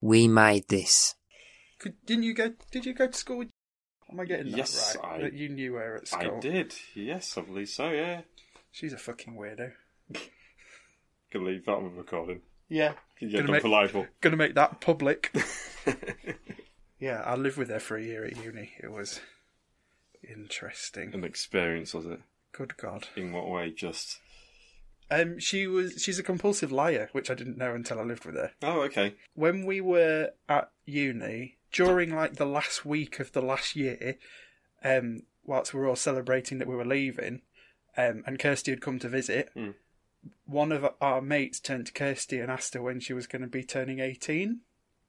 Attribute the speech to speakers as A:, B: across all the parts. A: We made this.
B: Could, didn't you go? Did you go to school? With, am I getting
C: Yes,
B: that right?
C: I-
B: that you knew her at school.
C: I did. Yes, I believe so. Yeah,
B: She's a fucking weirdo.
C: can leave that one recording.
B: Yeah.
C: Yeah,
B: Gonna
C: done
B: make-
C: for libel.
B: Gonna make that public. yeah, I lived with her for a year at uni. It was interesting.
C: An experience was it?
B: Good God.
C: In what way? Just
B: Um, she was. She's a compulsive liar, which I didn't know until I lived with her.
C: oh, okay.
B: when we were at uni during like the last week of the last year, um, whilst we were all celebrating that we were leaving, um, and Kirsty had come to visit,
C: Mm.
B: one of our mates turned to Kirsty and asked her when she was going to be turning eighteen,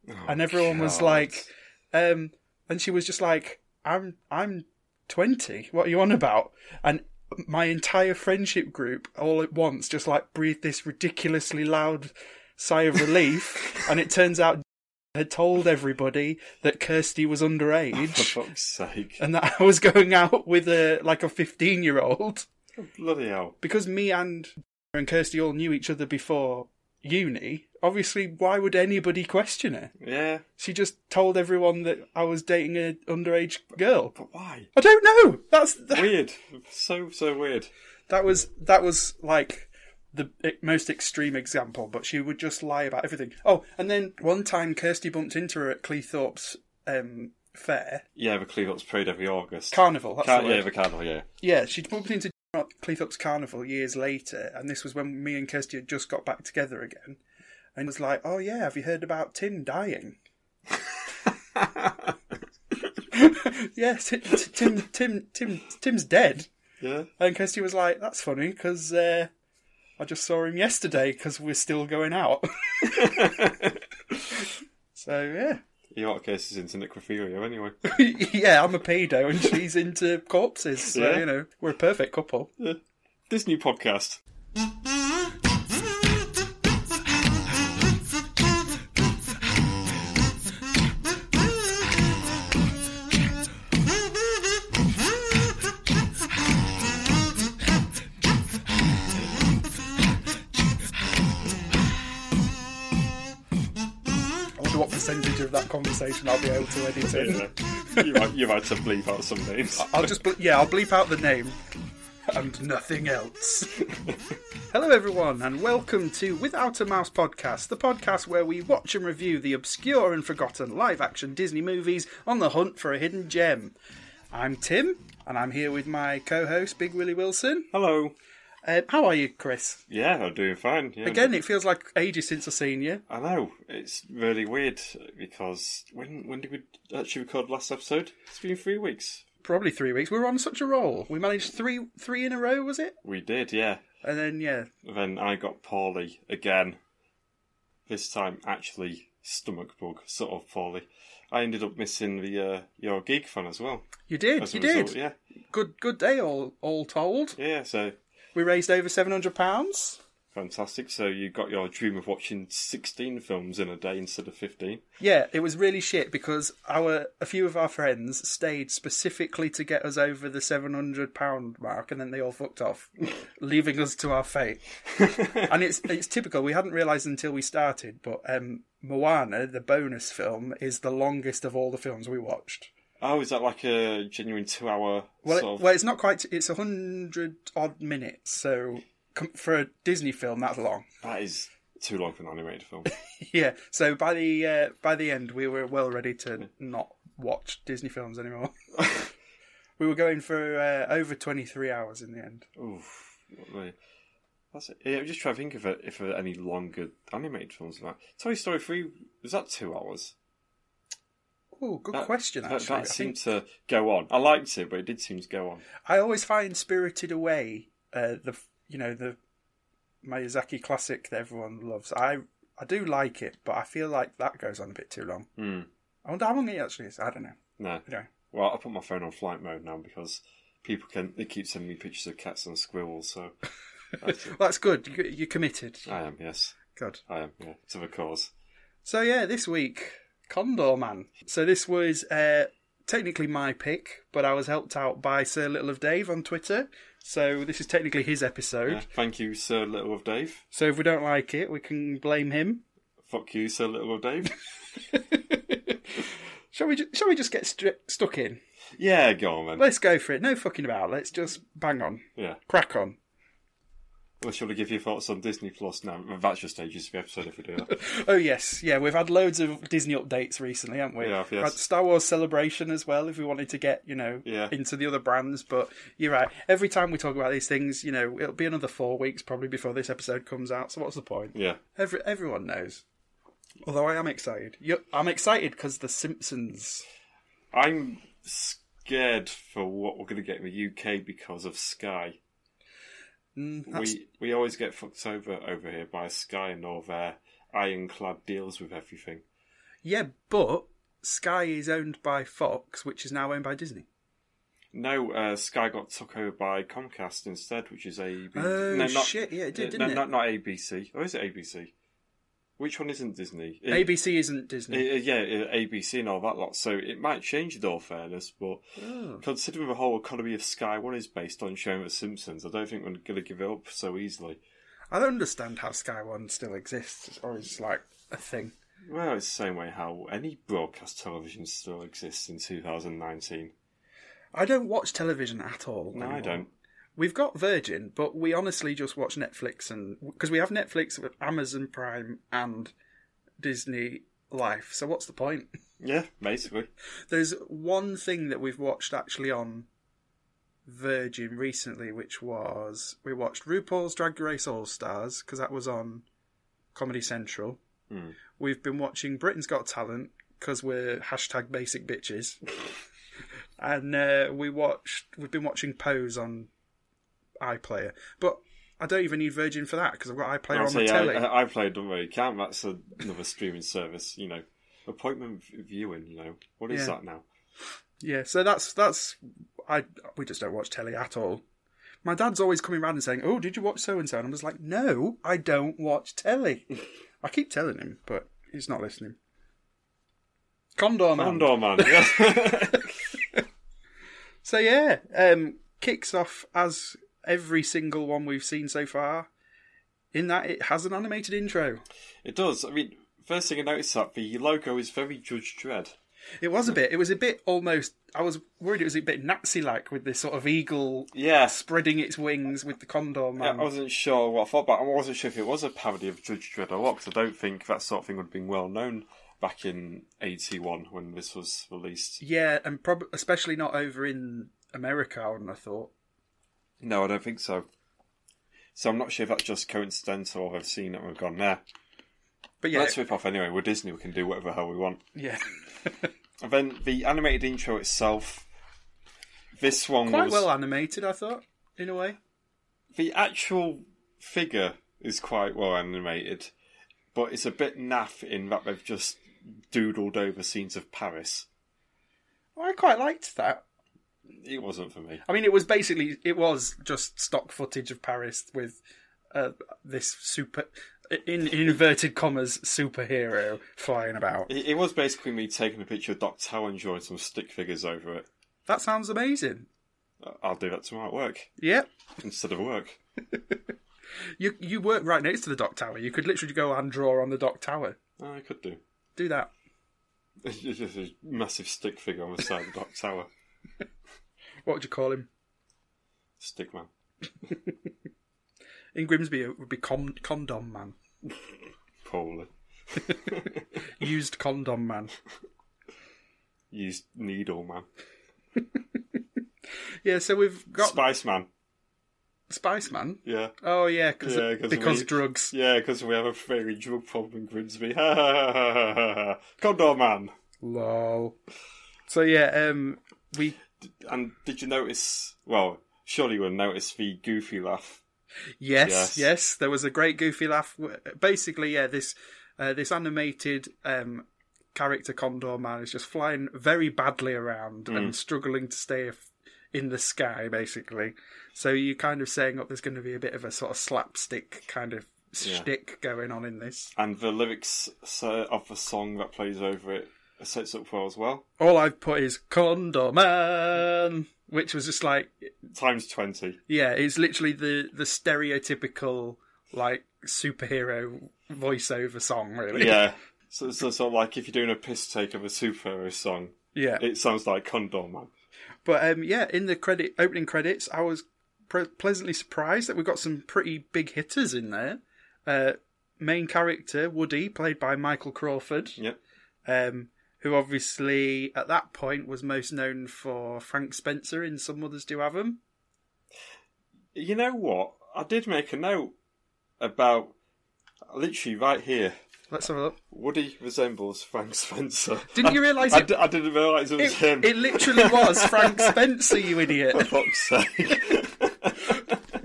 C: Oh,
B: and everyone was
C: God.
B: like, um, and she was just like, "I'm I'm twenty. What are you on about?" And my entire friendship group all at once just like breathed this ridiculously loud sigh of relief, and it turns out had told everybody that Kirsty was
C: for
B: underage
C: fuck's sake,
B: and that I was going out with a like a fifteen year old
C: bloody hell!
B: because me and and Kirsty all knew each other before uni. Obviously, why would anybody question her?
C: Yeah,
B: She just told everyone that I was dating an underage girl.
C: but why?
B: I don't know. That's that,
C: weird. So so weird.
B: that was that was like the e, most extreme example, but she would just lie about everything. Oh, and then one time Kirsty bumped into her at Cleethorpes um, fair
C: Yeah, the Cleveland's parade every August.
B: carnival. That's
C: Car-
B: the
C: yeah,
B: word.
C: the carnival. Yeah.
B: Yeah, she bumped into Cleethorpes Carnival years later, and this was when me and Kirsty had just got back together again, and was like, "Oh yeah, have you heard about Tim dying?" yes, Ti- Ti- Tim, Tim, Tim, Tim's dead.
C: yeah.
B: And Kirsty was like, "That's funny because uh, I just saw him yesterday because we're still going out." so yeah,
C: Your hot case is into necrophilia anyway.
B: yeah, I'm a pedo and she's into corpses, so
C: Yeah.
B: you know we're a perfect couple.
C: this new podcast.
B: I wonder what percentage of that conversation I'll be able to edit in.
C: Yeah. you might you might to bleep out some names.
B: I'll just ble- yeah, I'll bleep out the name and nothing else. Hello, everyone, and welcome to Without a Mouse podcast, the podcast where we watch and review the obscure and forgotten live-action Disney movies on the hunt for a hidden gem. I'm Tim, and I'm here with my co-host Big Willie Wilson.
C: Hello.
B: Um, how are you, Chris?
C: Yeah, I'm doing fine. Yeah,
B: Again, it feels like ages since I've seen you.
C: I know it's really weird because when when did we actually record last episode? It's been three weeks.
B: Probably three weeks. We were on such a roll. We managed three three in a row, was it?
C: We did, yeah.
B: And then yeah,
C: Then I got poorly again. This time, actually, stomach bug, sort of poorly. I ended up missing the uh, your geek fan as well.
B: you did,
C: As a
B: you did.
C: result, yeah,
B: Good good day, all all told.
C: yeah. So
B: We raised over seven hundred pounds.
C: fantastic. So you got your dream of watching sixteen films in a day instead of fifteen.
B: Yeah, it was really shit because our a few of our friends stayed specifically to get us over the seven hundred pound mark, and then they all fucked off, leaving us to our fate. and it's it's typical. We hadn't realised until we started, but um, Moana, the bonus film, is the longest of all the films we watched.
C: Oh, is that like a genuine two-hour
B: Well, it-
C: sort of?
B: well, it's not quite. It's a hundred odd minutes, so com- for a Disney film, that's long.
C: that is too long for an animated film.
B: Yeah. So by the uh, by the end, we were well ready to not watch Disney films anymore. we were going for uh, over twenty three hours in the end.
C: Oof, not really. That's it. Yeah, I'm just trying to think of it, if there are any longer animated films like that. Toy Story 3, was that two hours?
B: Oh, good
C: That-
B: question.
C: that-
B: Actually,
C: That,
B: I,
C: seemed
B: think,
C: to go on. I liked it, but it did seem to go on.
B: I always find Spirited Away uh, the f- you know the Miyazaki classic that everyone loves. I I do like it, but I feel like that goes on a bit too long.
C: Hmm.
B: I wonder how long it actually is. I don't know.
C: No.
B: Anyway,
C: Well, I put my phone on flight mode now because people can they keep sending me pictures of cats and squirrels, so that's it.
B: well, that's good. You, you're committed.
C: I am, yes.
B: Good.
C: I am, yeah. To the cause.
B: So yeah, this week Condor Man. So this was uh, technically my pick, but I was helped out by Sir Little of Dave on Twitter. So this is technically his episode.
C: Yeah. Thank you, Sir Little of Dave.
B: So if we don't like it, we can blame him.
C: Fuck you, Sir Little Old Dave.
B: Shall we? Ju- shall we just get stri stuck in?
C: yeah, go on then.
B: Let's go for it. No fucking about. Let's just bang on,
C: Yeah.
B: crack on.
C: Well, shall we give your thoughts on Disney Plus now? Well, that's just ages of the episode if we do that.
B: Oh yes, yeah. We've had loads of Disney updates recently, haven't we?
C: We have, yes.
B: Had Star Wars Celebration as well. If we wanted to get you know
C: Yeah.
B: into the other brands, but you're right. Every time we talk about these things, you know, it'll be another four weeks probably before this episode comes out. So what's the point?
C: yeah.
B: Every everyone knows. Although I am excited. You- I'm excited because the Simpsons.
C: I'm scared for what we're going to get in the UK because of Sky.
B: Mm, that's-
C: We we always get fucked over over here by Sky and all their ironclad deals with everything.
B: Yeah, but Sky is owned by Fox, which is now owned by Disney.
C: No, uh, Sky got took over by Comcast instead, which is ABC.
B: Oh,
C: no, not,
B: shit, yeah, it did,
C: uh,
B: didn't
C: no,
B: it?
C: Not, not ABC. Or Oh, is it ABC? Which one isn't Disney? It-
B: ABC isn't
C: Uh,
B: Disney.
C: yeah, uh, ABC and all that lot. So it might change in all fairness, but
B: Oh.
C: considering the whole economy of Sky One is based on showing The Simpsons, I don't think we're going to give it up so easily.
B: I don't understand how Sky One still exists or is like a thing.
C: Well, it's the same way how any broadcast television still exists in 2019.
B: I don't watch television at all.
C: No, I
B: anymore.
C: don't.
B: We've got Virgin, but we honestly just watch Netflix and because we have Netflix, Amazon Prime, and Disney Life. So what's the point?
C: Yeah, basically.
B: There's one thing that we've watched actually on Virgin recently, which was we watched RuPaul's Drag Race All Stars because that was on Comedy Central.
C: Hmm.
B: We've been watching Britain's Got Talent because we're hashtag basic bitches, and uh, we watched we've been watching Pose on iPlayer, but. I don't even need Virgin for that because I've got iPlayer on
C: Also,
B: my
C: Oh, yeah,
B: telly.
C: I, I play Don't Really Count. That's another streaming service, you know. Appointment v- viewing, you know. What is
B: Yeah.
C: that now?
B: Yeah, so that's that's I we just don't watch telly at all. My dad's always coming around and saying, "Oh, did you watch so and so?" And I'm just like, "No, I don't watch telly." I keep telling him, but he's not listening. Condor man.
C: Condor Man. yeah.
B: So yeah, um, kicks off as every single one we've seen so far. In that it has an animated intro.
C: it does. I mean, first thing I noticed that the logo is very Judge Dredd.
B: It was a bit. It was a bit almost. I was worried it was a bit Nazi-like with this sort of eagle
C: Yes.
B: spreading its wings with the condor
C: I
B: man.
C: wasn't sure what I thought, but I wasn't sure if it was a parody of Judge Dredd or what, 'cause I don't think that sort of thing would have been well known back in 81 when this was released.
B: Yeah, and prob- especially not over in America, I wouldn't have thought.
C: No, I don't think so. So I'm not sure if that's just coincidental or I've seen it and we've gone, nah,
B: But yeah,
C: let's rip off anyway. We're Disney, we can do whatever the hell we want.
B: yeah,
C: And then the animated intro itself. This one
B: quite
C: was
B: well animated, I thought, in a way.
C: the actual figure is quite well animated, but it's a bit naff in that they've just doodled over scenes of Paris.
B: I quite liked that.
C: It wasn't for me.
B: I mean, it was basically it was just stock footage of Paris with uh, this super, in, in inverted commas, superhero flying about.
C: It, it was basically me taking a picture of Doc Tower and drawing some stick figures over it.
B: That sounds amazing.
C: I- I'll do that tomorrow at work
B: Yeah,
C: instead of work.
B: you you work right next to the dock tower. You could literally go and draw on the dock tower.
C: Oh, I could do.
B: Do that.
C: It's just a massive stick figure on the side of Doc Tower.
B: What would you call him
C: Stick man.
B: in Grimsby? It would be con- condom man.
C: Probably.
B: used condom man.
C: Used needle man.
B: Yeah, so we've got
C: Spice man.
B: Spice Man.
C: Yeah.
B: Oh yeah, cause,
C: Yeah, 'cause
B: because
C: we-
B: drugs.
C: Yeah, because we have a very drug problem in Grimsby. Ha ha ha ha ha ha ha. Condor man.
B: Lol. So yeah, um, we
C: And did you notice? Well, surely you would notice the goofy laugh.
B: yes, yes
C: Yes.
B: there was a great goofy laugh. Basically, yeah, this uh, this animated um character Condor Man is just flying very badly around
C: Mm.
B: and struggling to stay af- in the sky, basically. So you're kind of saying, "Oh, there's going to be a bit of a sort of slapstick kind of shtick going on in this."
C: And the lyrics so- of the song that plays over it sets up well as well.
B: All I've put is Condor Man, which was just like
C: Times 20.
B: Yeah, it's literally the the stereotypical like superhero voiceover song, really.
C: Yeah. So, so sort of like if you're doing a piss take of a superhero song,
B: yeah.
C: it sounds like Condor Man.
B: But um, yeah, in the credit opening credits, I was pre- pleasantly surprised that we got some pretty big hitters in there. Uh, main character Woody, played by Michael Crawford,
C: Yep.
B: um, who obviously at that point was most known for Frank Spencer in Some Mothers Do Have 'Em.
C: You know what? I did make a note about literally right here.
B: Let's have a look.
C: Woody resembles Frank Spencer.
B: Didn't you realise
C: I,
B: it-
C: d- I didn't realise it was him.
B: It, it literally was Frank Spencer, you idiot.
C: For fuck's sake.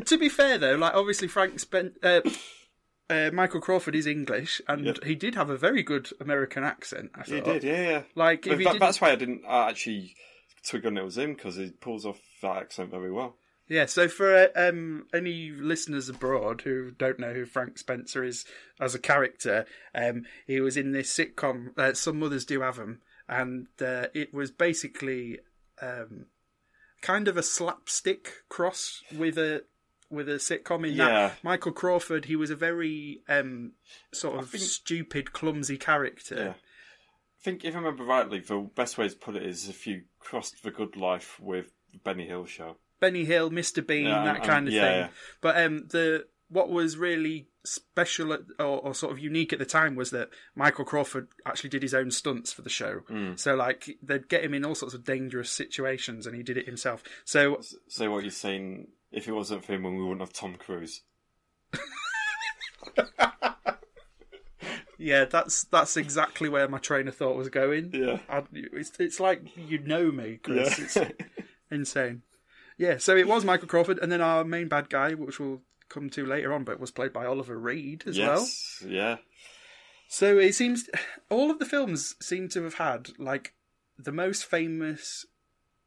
B: to be fair though, like obviously Frank Spen- uh, uh, Michael Crawford is English, and
C: Yeah.
B: he did have a very good American accent. I
C: he
B: thought.
C: did, yeah, yeah.
B: Like if
C: In
B: he
C: fact,
B: did,
C: that's why I didn't uh, actually twig on it was him because he pulls off that accent very well.
B: yeah. So for uh, um, any listeners abroad who don't know who Frank Spencer is as a character, um, he was in this sitcom. Uh, Some mothers do have him, and uh, it was basically um, kind of a slapstick cross with a with a sitcom in
C: Yeah.
B: that Michael Crawford. He was a very um, sort of stupid, clumsy character.
C: Yeah. I think, if I remember rightly, the best way to put it is if you crossed the good life with the Benny Hill show.
B: Benny Hill, Mr. Bean,
C: Yeah,
B: that
C: um,
B: kind of
C: yeah,
B: thing.
C: yeah.
B: But um, the what was really special at, or, or sort of unique at the time was that Michael Crawford actually did his own stunts for the show.
C: Mm.
B: So like they'd get him in all sorts of dangerous situations, and he did it himself. So
C: So, what you're saying, if it wasn't for him, we wouldn't have Tom Cruise.
B: yeah, that's that's exactly where my train of thought was going.
C: Yeah.
B: I, it's it's like you know me, Chris. It's
C: Yeah.
B: insane. Yeah, so it was Michael Crawford, and then our main bad guy, which we'll come to later on, but was played by Oliver Reed as well.
C: yes. Yeah.
B: So it seems all of the films seem to have had like the most famous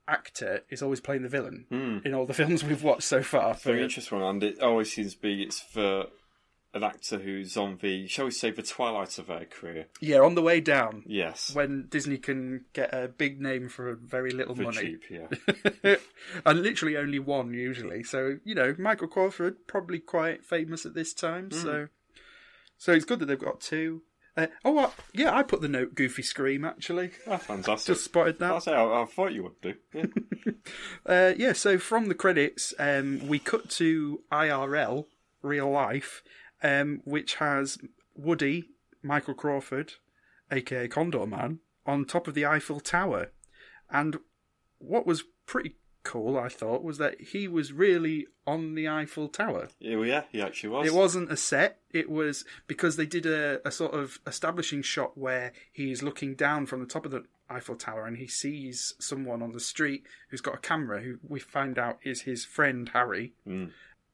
B: actor is always playing the villain
C: Hmm.
B: in all the films we've watched so far.
C: Very
B: For-
C: interesting one, and it always seems to be it's for an actor who's on the, shall we say, the twilight of their career.
B: yeah, on the way down
C: Yes.
B: when Disney can get a big name for very little
C: for
B: money.
C: cheap, yeah.
B: and literally only one usually. So, you know, Michael Crawford probably quite famous at this time,
C: Hmm.
B: so so it's good that they've got two. Uh, oh, I, yeah, I put the note Goofy Scream actually.
C: Ah, fantastic.
B: Just spotted that.
C: That's how I thought you would do. Yeah.
B: Uh, yeah, so from the credits, um, we cut to IRL, real life, um, which has Woody, Michael Crawford, aka Condor Man, on top of the Eiffel Tower. And what was pretty cool, I thought, was that he was really on the Eiffel Tower.
C: Yeah, well, yeah, he actually was.
B: It wasn't a set. It was because they did a, a sort of establishing shot where he's looking down from the top of the Eiffel Tower and he sees someone on the street who's got a camera who we find out is his friend Harry.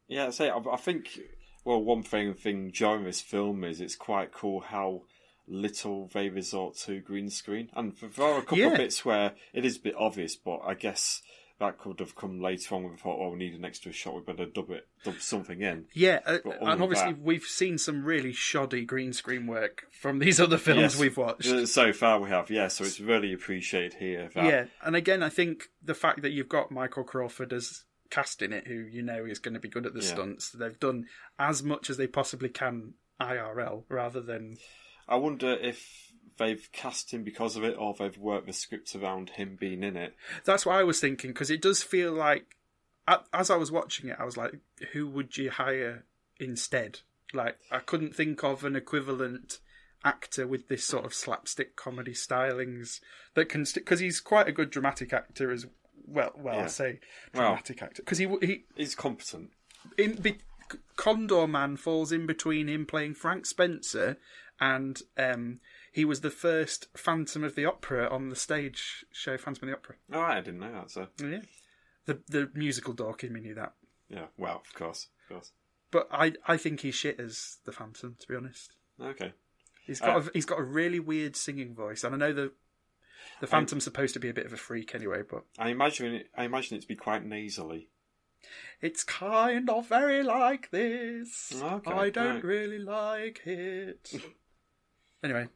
C: Yeah, say I, I think. Well, one thing thing during this film is it's quite cool how little they resort to green screen, and there are a couple
B: Yeah.
C: of bits where it is a bit obvious, but I guess that could have come later on. when We thought, oh, we need an extra shot. We better dub it, dub something in.
B: Yeah, uh,
C: But all
B: and
C: of
B: obviously
C: that-
B: we've seen some really shoddy green screen work from these other films
C: Yes.
B: we've watched.
C: Uh, So far, we have yeah. So it's really appreciated here. That,
B: Yeah, and again, I think the fact that you've got Michael Crawford as casting it, who you know is going to be good at the
C: Yeah.
B: stunts, they've done as much as they possibly can IRL rather than
C: I wonder if they've cast him because of it, or they've worked the script around him being in it.
B: That's what I was thinking because it does feel like, a- as I was watching it, I was like, who would you hire instead? Like, I couldn't think of an equivalent actor with this sort of slapstick comedy stylings that can, because he's quite a good dramatic actor as well. Well, I
C: Yeah.
B: say
C: Well-
B: dramatic actor because he w- he
C: He's competent.
B: in be, Condor Man falls in between him playing Frank Spencer and um he was the first Phantom of the Opera on the stage show Phantom of the Opera.
C: All right, Oh, I didn't know that. So
B: Yeah. The the musical dork in me knew that.
C: yeah, well, of course, of course.
B: But I, I think he's shit as the Phantom, to be honest.
C: Okay.
B: He's got
C: Uh,
B: a, he's got a really weird singing voice, and I know the the Phantom's supposed to be a bit of a freak anyway, but
C: I imagine it, I imagine it to be quite nasally.
B: it's kind of very like this.
C: Okay,
B: I don't
C: right.
B: really like it. anyway,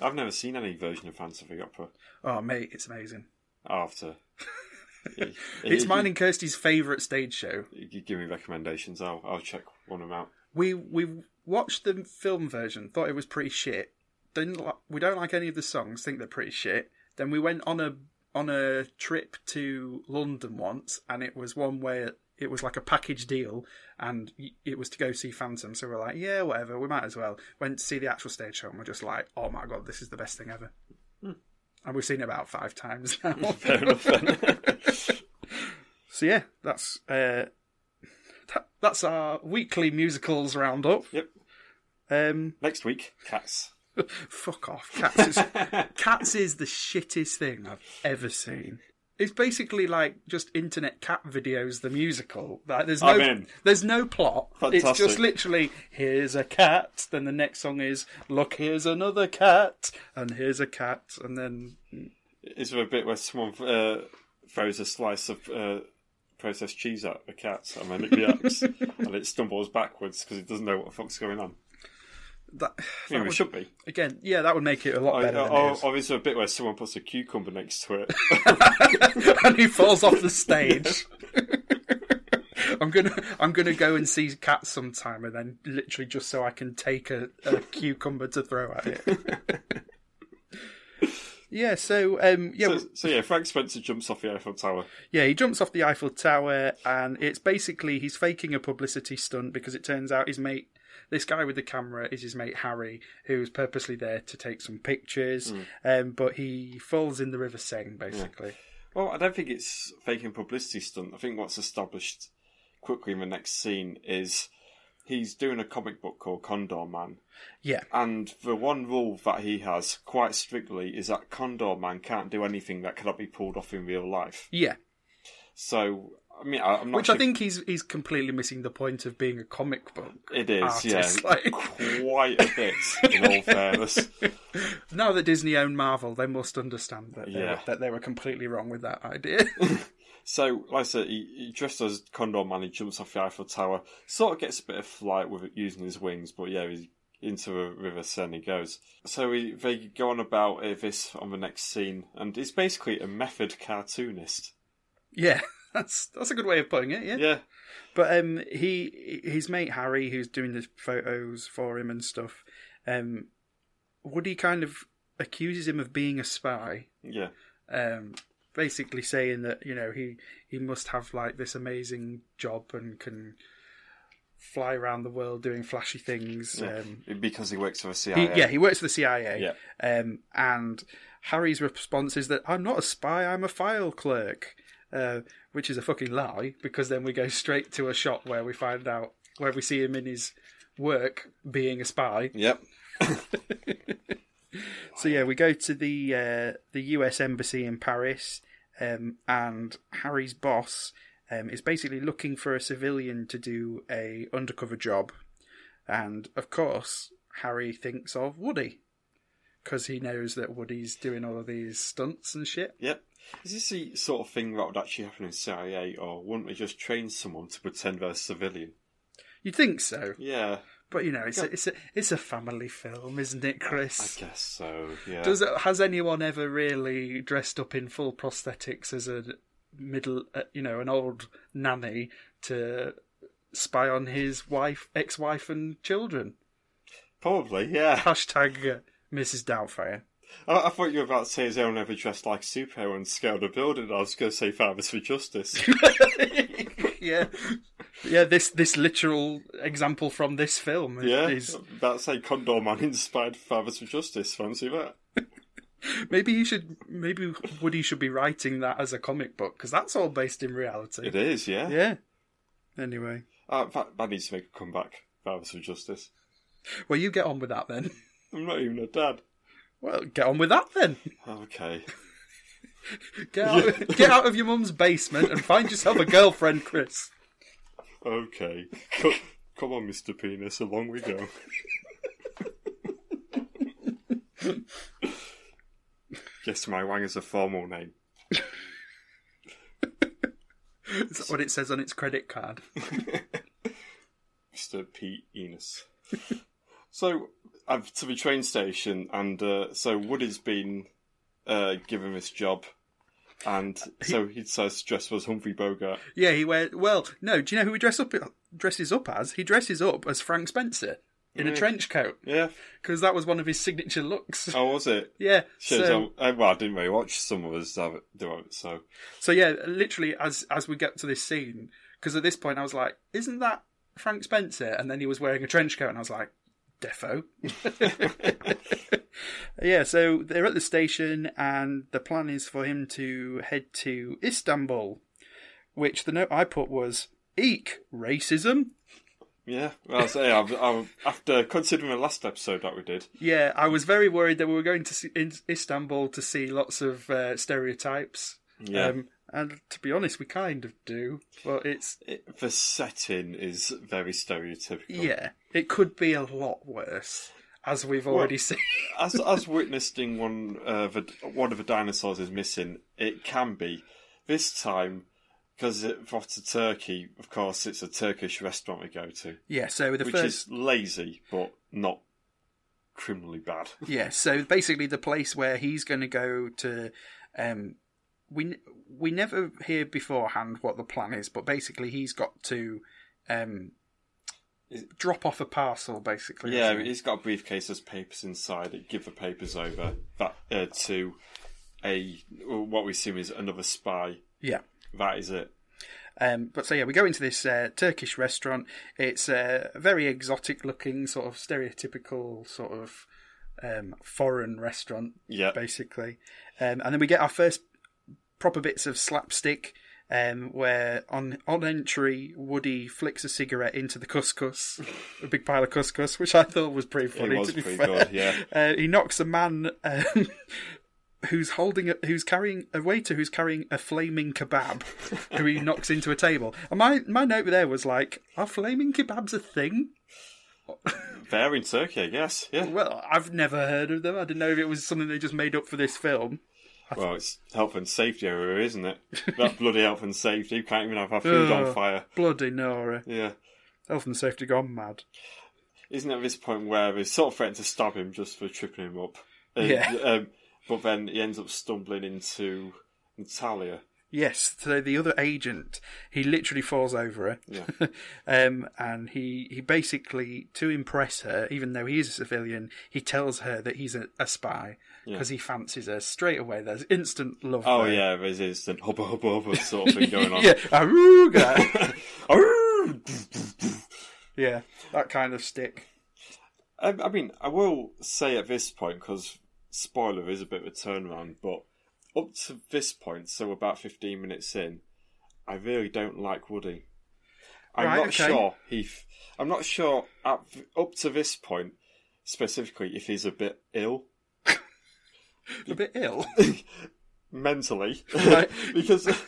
C: I've never seen any version of Phantom of the Opera
B: oh mate, it's amazing.
C: after. It-
B: It's
C: it-
B: mine and Kirsty's favourite stage show.
C: You give me recommendations. I'll I'll check one of them out.
B: We we Watched the film version, thought it was pretty shit. Didn't li- we don't like any of the songs, think they're pretty shit. Then we went on a on a trip to London once, and it was one where it was like a package deal, and y- it was to go see Phantom. So we're like, yeah, whatever, we might as well. Went to see the actual stage show, and we're just like, oh my god, this is the best thing ever. And we've seen it about five times now.
C: Hmm. Fair enough then.
B: So yeah, that's uh, that, that's our weekly musicals roundup.
C: Yep.
B: Um,
C: Next week, cats.
B: fuck off, cats. Is, cats is the shittest thing I've ever seen. It's basically like just internet cat videos, the musical. Like there's no,
C: I'm in.
B: there's no plot. It's just
C: Fantastic.
B: literally here's a cat. Then the next song is look here's another cat, and here's a cat, and then
C: Is there a bit where someone uh, throws a slice of uh, processed cheese at the cat and then it reacts and it stumbles backwards because it doesn't know what the fuck's going on?
B: that,
C: I mean,
B: that
C: it
B: would-
C: should be.
B: again, yeah, that would make it a lot
C: Or,
B: better. than it
C: or,
B: is.
C: or is there a bit where someone puts a cucumber next to it?
B: and he falls off the stage. I'm gonna I'm gonna go and see cats sometime, and then literally just so I can take a, a cucumber to throw at it. yeah. So um, yeah,
C: so, so yeah, Frank Spencer jumps off the Eiffel Tower.
B: yeah, he jumps off the Eiffel Tower, and it's basically he's faking a publicity stunt because it turns out his mate, this guy with the camera, is his mate Harry, who was purposely there to take some pictures. Um, but he falls in the River Seine, basically.
C: Well, I don't think it's faking publicity stunt. I think what's established quickly in the next scene is he's doing a comic book called Condor Man,
B: Yeah.
C: and the one rule that he has quite strictly is that Condor Man can't do anything that cannot be pulled off in real life.
B: Yeah.
C: So, I mean, I, I'm not
B: Which
C: sure
B: I think he's he's completely missing the point of being a comic book.
C: it is.
B: artist,
C: yeah,
B: like-
C: quite a bit. In all fairness,
B: Now that Disney owned Marvel, they must understand that they,
C: Yeah.
B: that they were completely wrong with that idea.
C: So, like I said, he, he dressed as Condor Man, he jumps off the Eiffel Tower, sort of gets a bit of flight with it using his wings, but yeah, he's into the river Seine he goes. So he, they go on about uh, this on the next scene, and he's basically a method cartoonist.
B: yeah, that's that's a good way of putting it. Yeah,
C: Yeah,
B: but um, he his mate Harry, who's doing the photos for him and stuff, um, Woody kind of accuses him of being a spy.
C: yeah.
B: um, basically saying that you know he he must have like this amazing job and can fly around the world doing flashy things.
C: yeah.
B: Um,
C: because he works for the
B: he,
C: CIA.
B: yeah. he works for the CIA.
C: Yeah.
B: Um, and Harry's response is that I'm not a spy, I'm a file clerk, uh, which is a fucking lie because then we go straight to a shot where we find out where we see him in his work being a spy.
C: Yep.
B: So yeah, we go to the uh, the U.S. embassy in Paris, um, and Harry's boss um, is basically looking for a civilian to do a undercover job, and of course Harry thinks of Woody because he knows that Woody's doing all of these stunts and shit.
C: Yep. Is this the sort of thing that would actually happen in CIA, or wouldn't they just train someone to pretend they're a civilian?
B: You'd think so,
C: Yeah,
B: but you know it's a, it's a, it's a family film, isn't it,
C: I
B: Chris?
C: guess so, yeah.
B: Does it, has anyone ever really dressed up in full prosthetics as a middle, uh, you know, an old nanny to spy on his wife, ex-wife, and children?
C: Probably, yeah.
B: Hashtag uh, Mrs. Doubtfire.
C: I, I thought you were about to say his own ever dressed like a superhero and scaled a building. I was going to say Fathers for Justice.
B: yeah, yeah. This this literal example from this film is,
C: Yeah,
B: is-
C: that's a Condor Man inspired Fathers for Justice. Fancy that?
B: maybe you should maybe Woody should be writing that as a comic book because that's all based in reality.
C: It is, yeah.
B: Yeah. Anyway,
C: Uh, that, that needs to make a comeback. Fathers for Justice.
B: well, you get on with that then.
C: I'm not even a dad.
B: Well, get on with that then.
C: Okay.
B: Get out, get out of your mum's basement and find yourself a girlfriend, Chris.
C: Okay. come, come on, Mr. Penis, along we go. yes, my wang is a formal name.
B: That's what it says on its credit card.
C: Mr. Pete Enos. so, i to the train station, and uh, so Woody's been uh, given this job, and
B: Uh,
C: so he decides to dress as Humphrey Bogart.
B: Yeah, he wears. Well, no. Do you know who he dress up, dresses up as? He dresses up as Frank Spencer. in a
C: Yeah.
B: trench coat
C: Yeah.
B: because that was one of his signature looks.
C: How was it?
B: Yeah.
C: Shit,
B: so-
C: so, I, well, I didn't really watch some of us have it, do it, so
B: So yeah, literally as as we get to this scene, because at this point I was like, "Isn't that Frank Spencer?" And then he was wearing a trench coat, and I was like, "Defo." yeah. So they're at the station, and the plan is for him to head to Istanbul, which the note I put was. Eek, racism?
C: yeah. Well, so, yeah, I've, I've, after considering the last episode that we did,
B: Yeah, I was very worried that we were going to see, in Istanbul to see lots of uh, stereotypes.
C: yeah,
B: Um, and to be honest, we kind of do, but it's
C: it, the setting is very stereotypical.
B: Yeah, it could be a lot worse, as we've already seen.
C: as as witnessing one uh, the, one of the dinosaurs is missing, it can be this time because it got to Turkey. Of course, it's a Turkish restaurant we go to,
B: Yeah, so the
C: which
B: first.
C: is lazy but not criminally bad.
B: Yeah, so basically the place where he's going to go to. Um, we n- we never hear beforehand what the plan is, but basically he's got to um,
C: Is-
B: drop off a parcel. Basically,
C: Yeah,
B: isn't he?
C: he's got a briefcase. There's papers inside. It give the papers over that uh, to a what we assume is another spy.
B: yeah.
C: That is it.
B: Um, but so yeah, we go into this uh, Turkish restaurant. It's uh, very exotic looking, sort of stereotypical, sort of um, foreign restaurant.
C: Yeah,
B: basically. Um, and then we get our first proper bits of slapstick, um, where on on entry, Woody flicks a cigarette into the couscous, a big pile of couscous, which I thought was pretty funny.
C: was
B: to be
C: pretty
B: fair.
C: good, yeah.
B: Uh, he knocks a man. Um, Who's holding? A, who's carrying a waiter? Who's carrying a flaming kebab? who he knocks into a table. And my my note there was like, "Are flaming kebabs a thing?"
C: there in Turkey, I guess. Yeah.
B: Well, I've never heard of them. I didn't know if it was something they just made up for this film.
C: Well, it's health and safety over here, isn't it? That bloody health and safety. You can't even have our food on
B: Ugh.
C: fire.
B: Bloody Nora.
C: Yeah.
B: Health and Oh, safety gone mad.
C: Isn't it at this point where they sort of threaten to stab him just for tripping him up? And,
B: Yeah.
C: Um, but then he ends up stumbling into Natalia.
B: Yes, so the other agent, he literally falls over her.
C: Yeah.
B: um, and he, he basically, to impress her, even though he is a civilian, he tells her that he's a, a spy because he fancies her straight away. There's instant love.
C: Oh,
B: there.
C: yeah, there's instant hubba hubba hubba sort of thing going on.
B: yeah. Aruga.
C: Arrgh! Oh,
B: yeah, that kind of stick.
C: I, I mean, I will say at this point because spoiler is a bit of a turnaround, but up to this point, so about fifteen minutes in, I really don't like Woody. I'm
B: Right,
C: not
B: okay.
C: sure he. f- I'm not sure at, up to this point specifically if he's a bit ill
B: A bit ill.
C: mentally
B: Right.
C: because
B: he's,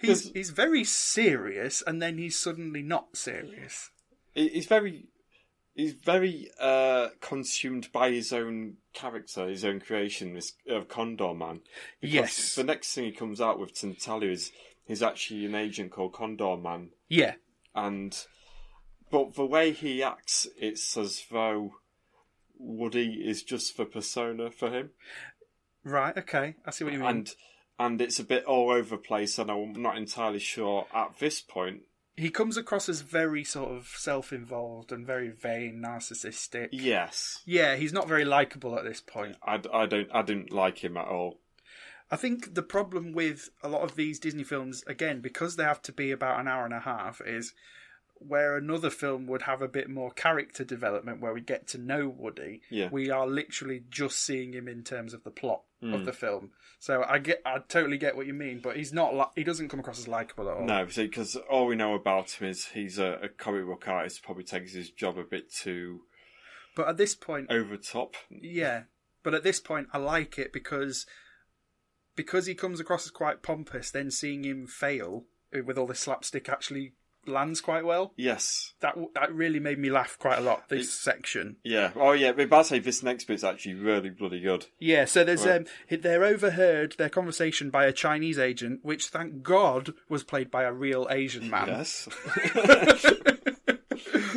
C: because
B: he's very serious and then he's suddenly not serious.
C: he- he's very he's very uh, consumed by his own character, his own creation, this uh, Condor Man.
B: Yes.
C: The next thing he comes out with to Natalia is he's actually an agent called Condor Man,
B: Yeah.
C: and but the way he acts, it's as though Woody is just the persona for him,
B: Right, okay. I see what you mean.
C: and and it's a bit all over the place, and I'm not entirely sure at this point.
B: he comes across as very sort of self-involved and very vain, narcissistic.
C: Yes,
B: Yeah, he's not very likable at this point.
C: I, I don't I didn't like him at all.
B: I think the problem with a lot of these Disney films, again, because they have to be about an hour and a half, is where another film would have a bit more character development, where we get to know Woody,
C: Yeah.
B: we are literally just seeing him in terms of the plot
C: Hmm.
B: of the film. So I get, I totally get what you mean, but he's not, li- he doesn't come across as likable at all.
C: No, because all we know about him is he's a, a comic book artist. Probably takes his job a bit too
B: But at this point,
C: over the top.
B: Yeah, but at this point, I like it because because he comes across as quite pompous. Then seeing him fail uh, with all this slapstick actually lands quite well.
C: Yes,
B: That w- that really made me laugh quite a lot. This section.
C: Yeah. Oh, yeah. But I'd say this next bit's actually really bloody good.
B: Yeah. So there's
C: Right.
B: um, they're overheard their conversation by a Chinese agent, which thank God was played by a real Asian man.
C: Yes.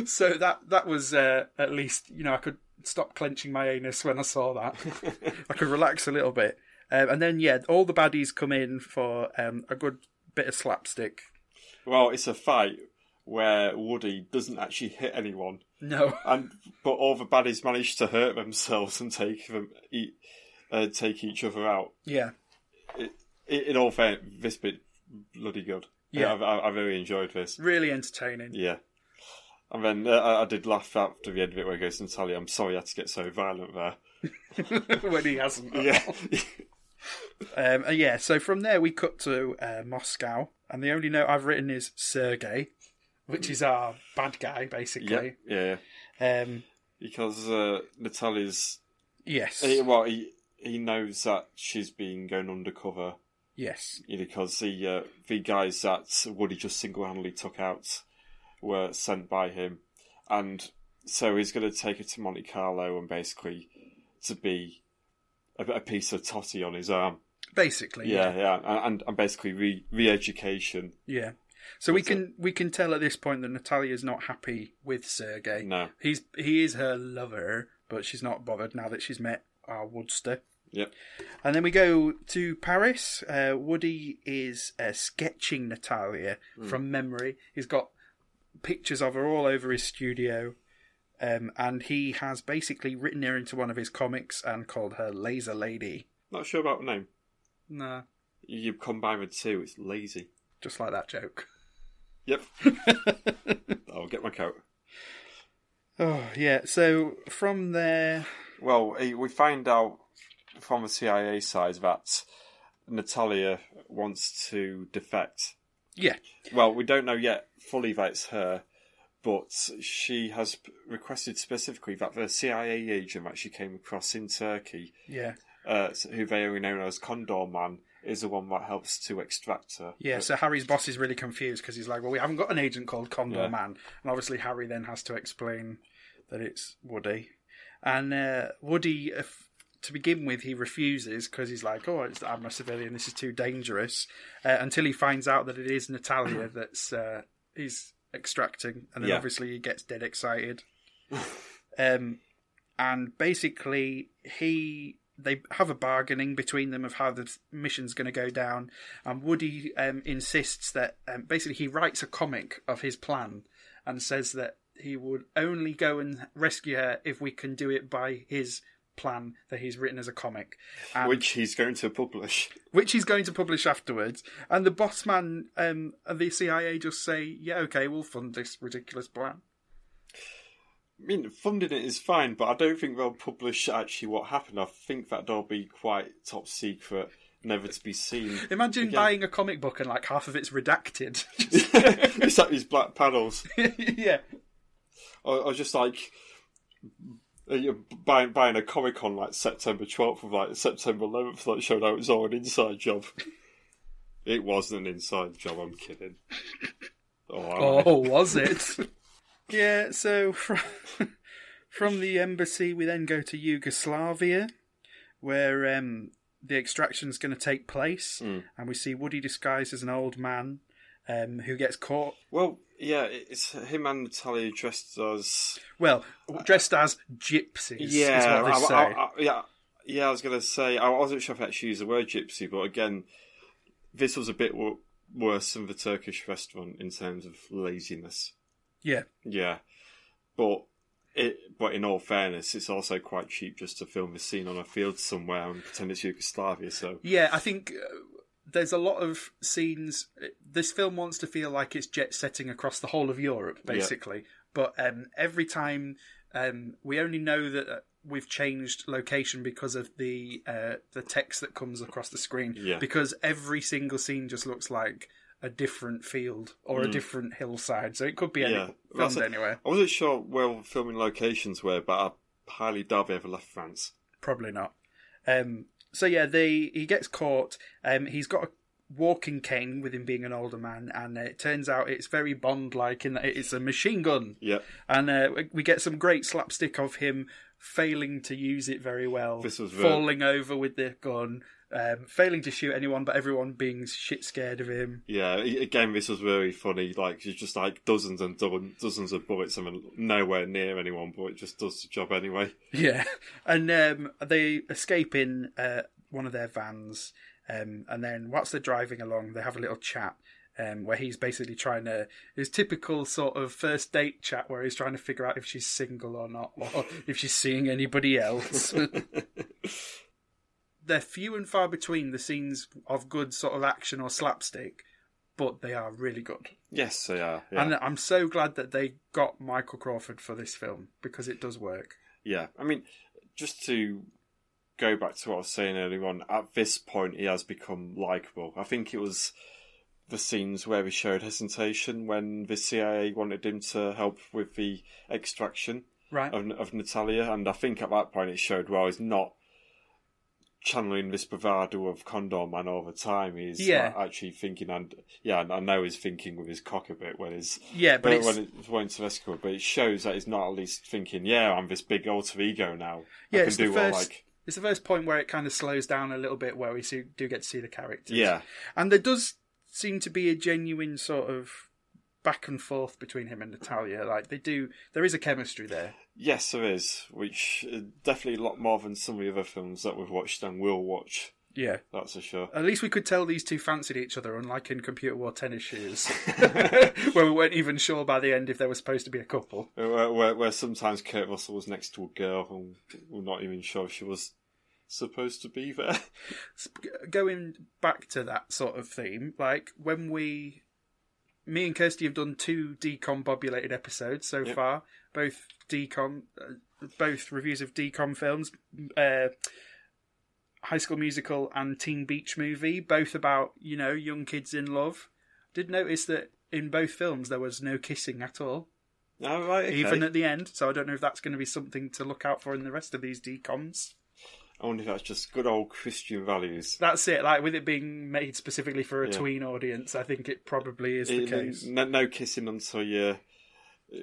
B: So that that was uh, at least you know I could stop clenching my anus when I saw that. I could relax a little bit, um, and then yeah, all the baddies come in for um, a good bit of slapstick.
C: well, it's a fight where Woody doesn't actually hit anyone.
B: No.
C: and but all the baddies manage to hurt themselves and take them eat, uh, take each other out.
B: Yeah.
C: In, in all fair, this bit bloody good.
B: Yeah.
C: I, I, I really enjoyed this.
B: Really entertaining.
C: Yeah, and then uh, I, I did laugh after the end of it where he goes, "Natalia, I'm sorry I had to get so violent there."
B: when he hasn't.
C: Yeah,
B: Um, uh, yeah, so from there we cut to uh, Moscow, and the only note I've written is Sergey, which is our bad guy,
C: yeah,
B: basically.
C: yeah.
B: Um,
C: Because uh, Natalia's
B: yes.
C: he, Uh, well, he he knows that she's been going undercover
B: Yes.
C: Yeah, because the uh, the guys that Woody just single handedly took out were sent by him, and so he's going to take her to Monte Carlo and basically to be a, a piece of totty on his arm.
B: Basically.
C: Yeah, yeah, and and basically re re-education.
B: Yeah. So we
C: That's
B: can we can tell at this point that Natalia's not happy with Sergey.
C: No,
B: He's he is her lover, but she's not bothered now that she's met our Woodster.
C: Yep.
B: And then we go to Paris. Uh, Woody is uh, sketching Natalia
C: Hmm.
B: from memory. He's got pictures of her all over his studio, um, and he has basically written her into one of his comics and called her Laser Lady.
C: not sure about the name.
B: Nah,
C: You, you combine the two, it's lazy.
B: just like that joke.
C: Yep, I'll get my coat.
B: oh yeah. So from there,
C: Well, eh, we find out from the CIA side that Natalia wants to defect.
B: yeah,
C: Well, we don't know yet fully that it's her, but she has p- requested specifically that the CIA agent that she came across in Turkey,
B: yeah,
C: uh, s- who they only know as Condor Man, is the one that helps to extract her.
B: Yeah, so Harry's boss is really confused because he's like, "Well, we haven't got an agent called Condor
C: Yeah.
B: Man," and obviously Harry then has to explain that it's Woody, and uh, Woody, if, to begin with, he refuses because he's like, "Oh, it's, I'm a civilian. This is too dangerous." Uh, until he finds out that it is Natalia that's uh, he's extracting, and then
C: Yeah.
B: obviously he gets dead excited. um, and basically he they have a bargaining between them of how the mission's going to go down and woody um, insists that um, basically he writes a comic of his plan and says that he would only go and rescue her if we can do it by his plan that he's written as a comic and
C: Which he's going to publish.
B: which he's going to publish afterwards and the boss man um, and the cia just say yeah okay we'll fund this ridiculous plan
C: I mean, funding it is fine, but I don't think they'll publish actually what happened. I think that'll be quite top secret, never to be seen.
B: imagine
C: Again.
B: buying a comic book and like half of it's redacted
C: it's like these black panels,
B: yeah
C: or, or just like uh, you're buying buying a comic on like September twelfth of like September eleventh that showed how it was all an inside job. It wasn't an inside job. I'm kidding. Oh, I
B: Oh, was it? yeah, so from, from the embassy, we then go to Yugoslavia, where um, the extraction's going to take place, and we see Woody disguised as an old man um, who gets caught.
C: Well, yeah, it's him and Natalia dressed as
B: Well, dressed as gypsies, is what they say.
C: I, I, I, yeah, yeah. I was gonna say I wasn't sure if I actually used the word gypsy, but again, this was a bit w- worse than the Turkish restaurant in terms of laziness.
B: yeah,
C: Yeah, but it. But in all fairness, it's also quite cheap just to film this scene on a field somewhere and pretend it's Yugoslavia. So
B: yeah, I think. Uh, there's a lot of scenes. This film wants to feel like it's jet setting across the whole of Europe,
C: Yeah.
B: basically. But um, every time um, we only know that uh, we've changed location because of the uh, the text that comes across the screen.
C: Yeah.
B: Because every single scene just looks like a different field or a different hillside, so it could be any,
C: Mm. Yeah. That's
B: filmed
C: it.
B: anywhere.
C: I wasn't sure where all the filming locations were, but I highly doubt they ever left France.
B: Probably not. Um, so yeah, they he gets caught. Um, he's got a walking cane with him being an older man, and uh, it turns out it's very Bond-like in that it's a machine gun,
C: Yeah,
B: and uh, we- we get some great slapstick of him failing to use it very well,
C: This was the-
B: falling over with the gun, um, failing to shoot anyone, but everyone being shit scared of him.
C: yeah. a- Again, this was really funny. Like, it's just like dozens and do- dozens of bullets and nowhere near anyone, but it just does the job anyway.
B: Yeah, and um, they escape in uh, one of their vans, um, and then whilst they're driving along, they have a little chat. um, where he's basically trying to his typical sort of first date chat where he's trying to figure out if she's single or not, or if she's seeing anybody else. They're few and far between the scenes of good sort of action or slapstick, but they are really good.
C: yes, they are. Yeah.
B: And uh, I'm so glad that they got Michael Crawford for this film because it does work.
C: yeah. I mean, just to go back to what I was saying earlier on, at this point, he has become likable. I think it was the scenes where he showed hesitation when the CIA wanted him to help with the extraction.
B: Right.
C: of, of Natalia, and I think at that point it showed well he's not channeling this bravado of Condor Man all the time. He's
B: Yeah.
C: like, actually thinking, and yeah, and I know he's thinking with his cock a bit when he's
B: yeah, but
C: when,
B: it's,
C: when it's when it's rescue, but it shows that he's not at least thinking, yeah, I'm this big alter ego now.
B: Yeah,
C: I can
B: it's the
C: do all
B: first-
C: like
B: it's the first point where it kind of slows down a little bit where we see, do get to see the characters.
C: yeah,
B: And there does seem to be a genuine sort of back and forth between him and Natalia. Like they do, there is a chemistry there.
C: yes, there is, which uh, definitely a lot more than some of the other films that we've watched and will watch.
B: Yeah.
C: That's for sure.
B: At least we could tell these two fancied each other, unlike in Computer War Tennis Shoes, where we weren't even sure by the end if they were supposed to be a couple.
C: Uh, Where, where, where sometimes Kurt Russell was next to a girl and we're not even sure if she was supposed to be there.
B: Sp- Going back to that sort of theme, like when we, me and Kirsty have done two decombobulated episodes so
C: Yep.
B: far, both decom, uh, both reviews of decom films, uh, High School Musical and Teen Beach Movie, both about you know young kids in love. Did notice that in both films there was no kissing at all.
C: All right, okay.
B: even at the end. So I don't know if that's going to be something to look out for in the rest of these decoms.
C: I wonder if that's just good old Christian values.
B: That's it. Like with it being made specifically for a
C: Yeah.
B: tween audience, I think it probably is the
C: It-
B: case
C: No, no kissing until you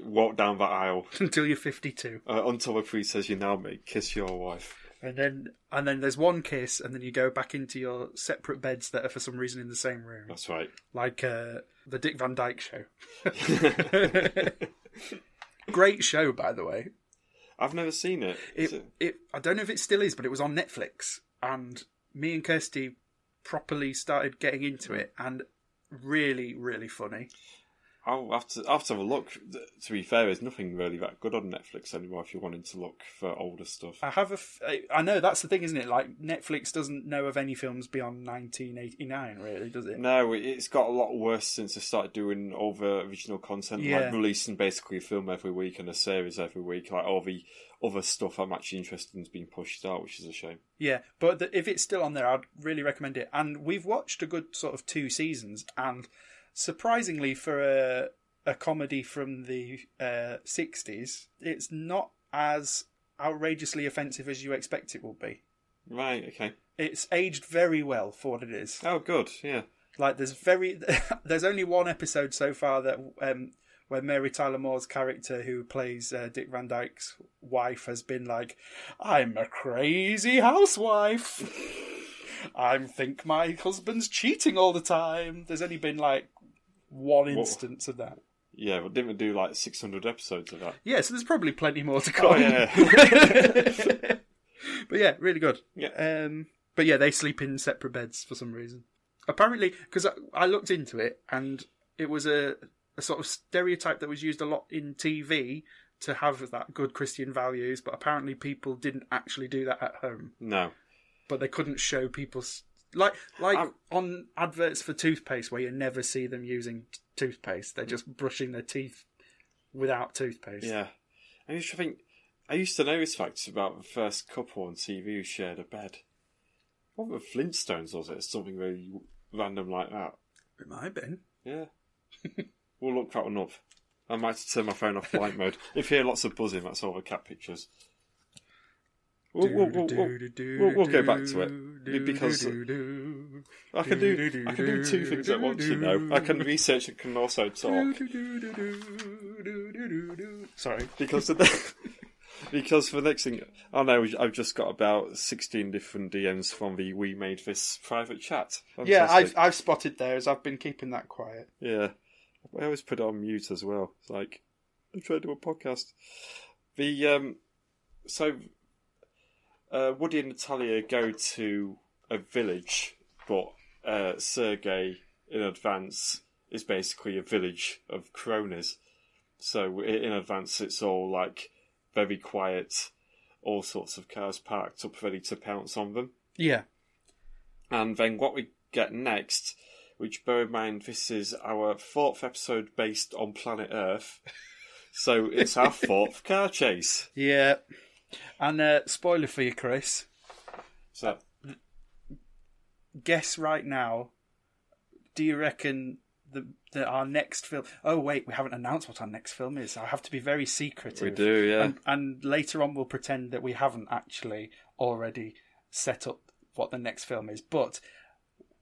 C: walk down that aisle.
B: until you're 52,
C: Uh, until the priest says, you now may kiss your wife.
B: and then and then there's one kiss, and then you go back into your separate beds that are for some reason in the same room,
C: That's right.
B: like uh, the Dick Van Dyke Show. Great show, by the way.
C: I've never seen it. Is
B: it,
C: it-
B: it I don't know if it still is, but it was on Netflix, and me and Kirsty properly started getting into it, and really, really funny.
C: I'll have to, I'll have to have a look. To be fair, there's nothing really that good on Netflix anymore if you're wanting to look for older stuff.
B: I have a, f- I- I know that's the thing, isn't it? Like Netflix doesn't know of any films beyond 1989, really, does it?
C: No, it's got a lot worse since they started doing all the original content,
B: Yeah.
C: like releasing basically a film every week and a series every week. Like all the other stuff I'm actually interested in is being pushed out, which is a shame.
B: Yeah, but the, if it's still on there, I'd really recommend it. And we've watched a good sort of two seasons, and surprisingly for a a comedy from the uh, 60s, it's not as outrageously offensive as you expect it will be.
C: Right. Okay.
B: it's aged very well for what it is.
C: Oh, good. Yeah.
B: Like there's very there's only one episode so far that um where Mary Tyler Moore's character who plays uh, Dick Van Dyke's wife has been like I'm a crazy housewife. I think my husband's cheating all the time. There's only been like one
C: Wha-
B: instance of that.
C: Yeah, but didn't we do like 600 episodes of that?
B: Yeah, so there's probably plenty more to come.
C: Oh, yeah.
B: but yeah, really good.
C: Yeah.
B: Um, but yeah, they sleep in separate beds for some reason. Apparently, because I, I looked into it, and it was a, a sort of stereotype that was used a lot in TV to have that good Christian values. But apparently, people didn't actually do that at home.
C: No.
B: But they couldn't show people s- like like
C: I'm-
B: on adverts for toothpaste where you never see them using t- toothpaste. They're just brushing their teeth without toothpaste.
C: Yeah. I used to think, I used to know this fact about the first couple on TV who shared a bed. What were the Flintstones, was it? Something really random like that.
B: It might have been.
C: Yeah. we'll look that one up. I might have to turn my phone off flight mode. If you hear lots of buzzing, that's all the cat pictures. We'll, we'll, we'll, we'll, we'll- we'll go back to it because I can do I can do two things at once. You know, I can research and can also talk
B: Sorry.
C: because of the, because the next thing I know, I've just got about sixteen different DMs from the we made this private chat.
B: Yeah, I've
C: Fantastic.
B: I've spotted those. I've been keeping that quiet.
C: Yeah. I always put it on mute as well. It's like I'm trying to do a podcast. The um so uh Woody and Natalia go to a village but uh Sergey in advance is basically a village of cronies. So i- in advance, it's all like very quiet, all sorts of cars parked up ready to pounce on them.
B: Yeah.
C: And then what we get next, which bear in mind, this is our fourth episode based on planet Earth. So it's our fourth car chase.
B: Yeah. And uh, spoiler for you, Chris.
C: So
B: guess right now. Do you reckon the that our next film? Oh wait, we haven't announced what our next film is. I have to be very secretive.
C: we do, yeah.
B: And, and later on, we'll pretend that we haven't actually already set up what the next film is. But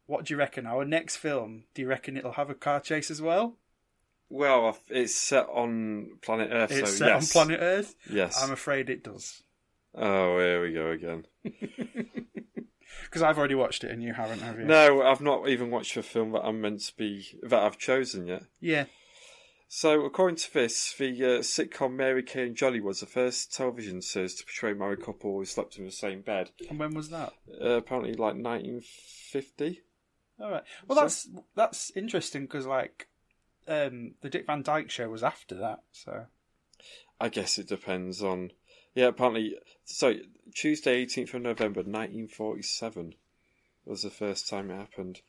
B: what do you reckon? Our next film? Do you reckon it'll have a car chase as well?
C: well, I've- it's set on planet Earth.
B: It's
C: so
B: set
C: yes.
B: on planet Earth.
C: Yes.
B: I'm afraid it does
C: Oh, here we go again.
B: because I've already watched it and you haven't, have you?
C: No, I've not even watched the film that I'm meant to be that I've chosen yet.
B: Yeah.
C: So, according to this, the uh, sitcom Mary Kay and Jolly was the first television series to portray married couple who slept in the same bed.
B: And when was that?
C: Uh, apparently, like 1950.
B: All right. Well,
C: So-
B: that's that's interesting because like um, the Dick Van Dyke Show was after that, so
C: I guess it depends on. Yeah, apparently. So Tuesday, 18th of November, 1947 was the first time it happened.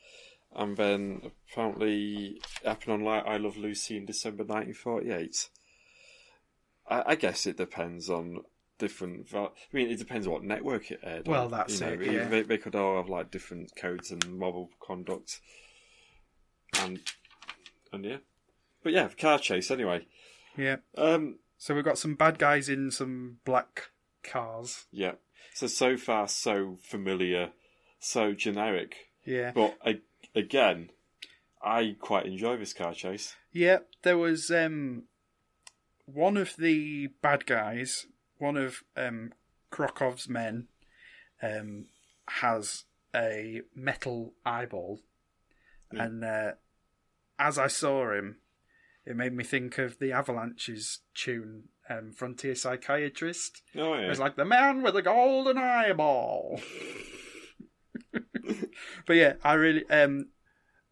C: And then apparently it happened on like I Love Lucy in December 1948. I, I guess it depends on different. val- I mean, it depends what network it aired.
B: Well,
C: on,
B: that's
C: you know.
B: it, yeah.
C: They, they could all have like different codes and moral conduct. And, and yeah. But yeah, car chase anyway.
B: yeah.
C: Um,
B: So we've got some bad guys in some black cars.
C: Yeah. So so far so familiar, so generic.
B: Yeah,
C: But a again, I quite enjoy this car chase.
B: yeah. There was um, one of the bad guys, one of um, Krokov's men, um, has a metal eyeball,
C: Yeah.
B: and uh, as I saw him, it made me think of the Avalanches tune, um, "Frontier Psychiatrist."
C: Oh
B: It
C: yeah.
B: was like the man with the golden eyeball. but yeah, I really um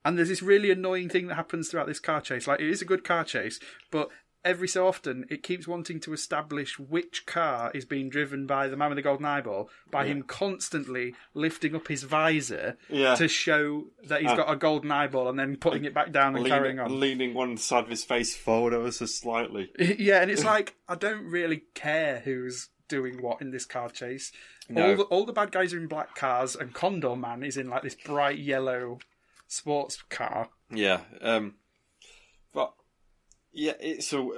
B: and there's this really annoying thing that happens throughout this car chase. Like it is a good car chase, but every so often it keeps wanting to establish which car is being driven by the man with the golden eyeball by him constantly lifting up his visor
C: yeah.
B: to show that he's got a golden eyeball and then putting it back down and carrying on.
C: Leaning, leaning one side of his face forward ever so slightly.
B: yeah, and it's like I don't really care who's doing what in this car chase. All
C: No.
B: the all the bad guys are in black cars, and Condor Man is in like this bright yellow sports car.
C: Yeah. Um. But yeah, it's so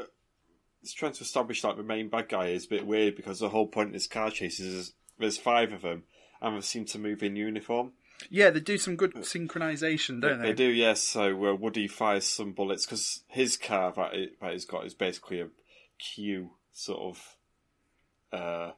C: it's trying to establish like the main bad guy is a bit weird because the whole point of this car chase is there's five of them and they seem to move in uniform.
B: Yeah, they do some good synchronization, don't they?
C: They do, yes. So uh, Woody fires some bullets because his car that, it, that he's got is basically a Q sort of uh,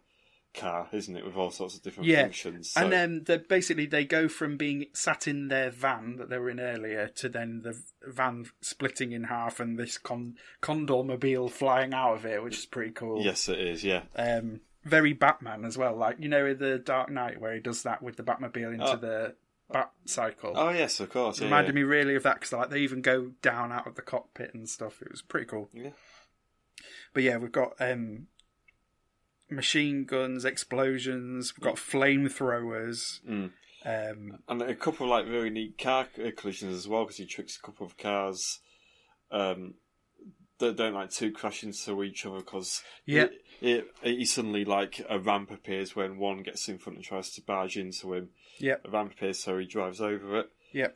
C: car, isn't it? With all sorts of different
B: Yeah.
C: functions. So,
B: And then they basically they go from being sat in their van that they were in earlier to then the van splitting in half and this con- condor mobile flying out of it, which is pretty cool.
C: yes, it is. Yeah,
B: um, very Batman as well. Like you know, in the Dark Knight where he does that with the Batmobile into
C: Oh.
B: the Bat cycle.
C: Oh yes, of course.
B: It
C: Yeah,
B: reminded
C: yeah.
B: me really of that because like they even go down out of the cockpit and stuff. It was pretty cool.
C: Yeah.
B: But yeah, we've got um, machine guns, explosions. We've got flamethrowers.
C: Mm.
B: Um,
C: and a couple of like really neat car uh, collisions as well because he tricks a couple of cars. Um, that don't like to crash into each other because
B: yeah,
C: it, it, he suddenly like a ramp appears when one gets in front and tries to barge into him.
B: yeah,
C: a ramp appears, so he drives over it.
B: yeah.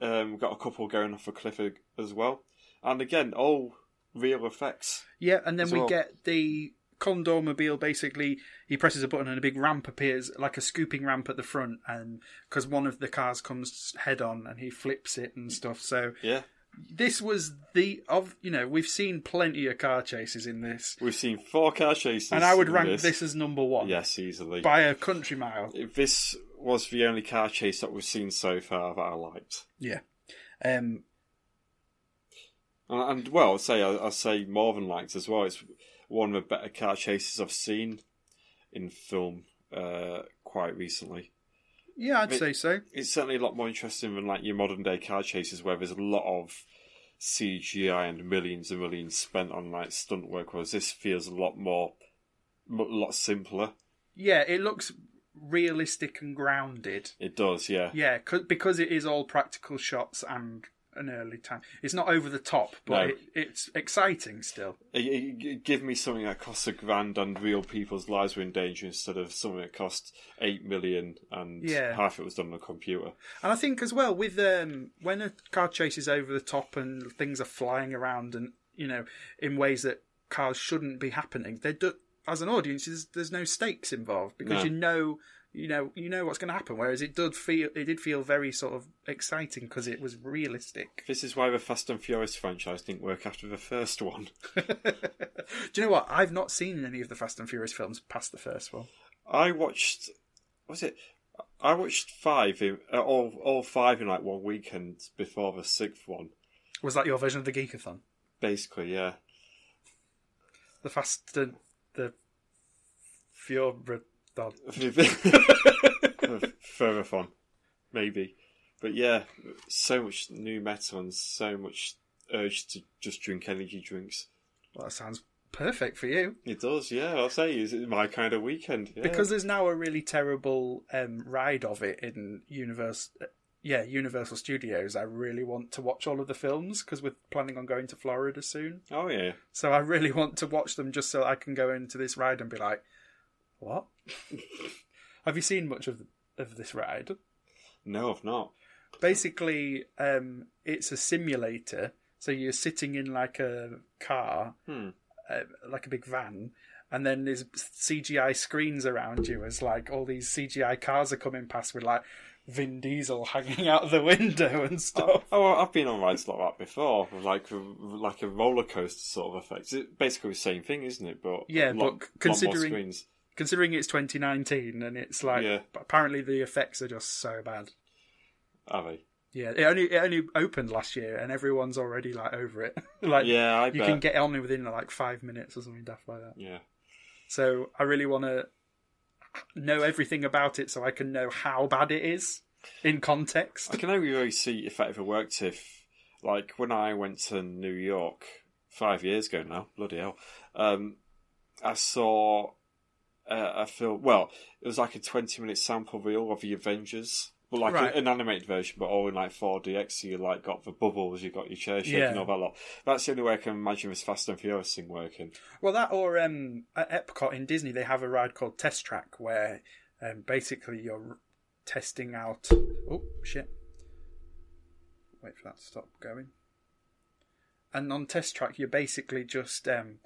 C: Um, we've got a couple going off a cliff a- as well, and again, all real effects.
B: Yeah, and then
C: as
B: we
C: well.
B: get the Condor Mobile. Basically, he presses a button and a big ramp appears, like a scooping ramp at the front, and because one of the cars comes head on and he flips it and stuff. So
C: Yeah,
B: this was the of you know we've seen plenty of car chases in this,
C: we've seen four car chases,
B: and I would
C: in
B: rank this, as number one
C: Yes, easily.
B: by a country mile.
C: this was the only car chase that we've seen so far that I liked.
B: Yeah. Um,
C: And, and well, I'll say I, I'll say more than liked as well. It's one of the better car chases I've seen in film uh, quite recently.
B: Yeah, I'd
C: It-
B: say so.
C: It's certainly a lot more interesting than like your modern day car chases where there's a lot of CGI and millions and millions spent on like stunt work. Whereas this feels a lot more, a lot simpler.
B: Yeah, it looks realistic and grounded.
C: It does, yeah.
B: Yeah, 'cause- because it is all practical shots and an early time. It's not over the top, but
C: No.
B: it, it's exciting still.
C: It- it- it- Give me something that costs a grand and real people's lives were in danger instead of something that cost eight million and
B: Yeah.
C: half it was done on a computer.
B: And I think as well with um, when a car chase is over the top and things are flying around and you know in ways that cars shouldn't be happening, they do, as an audience there's, there's no stakes involved because
C: No.
B: you know you know you know what's going to happen. Whereas it did feel it did feel very sort of exciting because it was realistic.
C: This is why the Fast and Furious franchise didn't work after the first one.
B: Do you know what? I've not seen any of the Fast and Furious films past the first one.
C: I watched, was it? I watched five, in, uh, all all five in like one weekend before the sixth one.
B: Was that your version of the Geekathon?
C: Basically, yeah.
B: The Fast and the oh, Furiothon.
C: Further fun, maybe, but yeah, so much new metal and so much urge to just drink energy drinks.
B: Well, that sounds perfect for you.
C: It does, yeah. I'll say it's my kind of weekend yeah.
B: because there's now a really terrible um, ride of it in Universal. Yeah, Universal Studios. I really want to watch all of the films because we're planning on going to Florida soon.
C: oh yeah,
B: So I really want to watch them just so I can go into this ride and be like, "What? Have you seen much of of this ride?"
C: no, I've not.
B: Basically, um, it's a simulator. So you're sitting in like a car,
C: Hmm.
B: uh, like a big van, and then there's CGI screens around you as like all these CGI cars are coming past with like Vin Diesel hanging out the window and stuff.
C: Oh, well, I've been on rides like that before, like like a roller coaster sort of effect. It's basically the same thing, isn't it? But
B: Yeah,
C: lot-
B: but
C: lot more
B: considering-
C: screens.
B: Considering it's 2019 and it's like
C: Yeah.
B: apparently the effects are just so bad.
C: are they?
B: Yeah, it only it only opened last year and everyone's already like over it. like
C: yeah, I
B: you
C: bet.
B: can get on within like five minutes or something daft like that.
C: yeah,
B: So I really want to know everything about it so I can know how bad it is in context.
C: I can only really see if that ever worked. If like when I went to New York five years ago now, bloody hell, um, I saw uh, a film. Well, it was like a twenty-minute sample reel of the Avengers. But like
B: Right.
C: a- an animated version, but all in like 4DX, so you like got the bubbles, you got your chair shaking,
B: Yeah.
C: all that lot. That's the only way I can imagine this Fast and Furious thing working.
B: Well, that or um, at Epcot in Disney, they have a ride called Test Track where um, basically you're testing out. Oh, shit. Wait for that to stop going. And on Test Track, you're basically just um,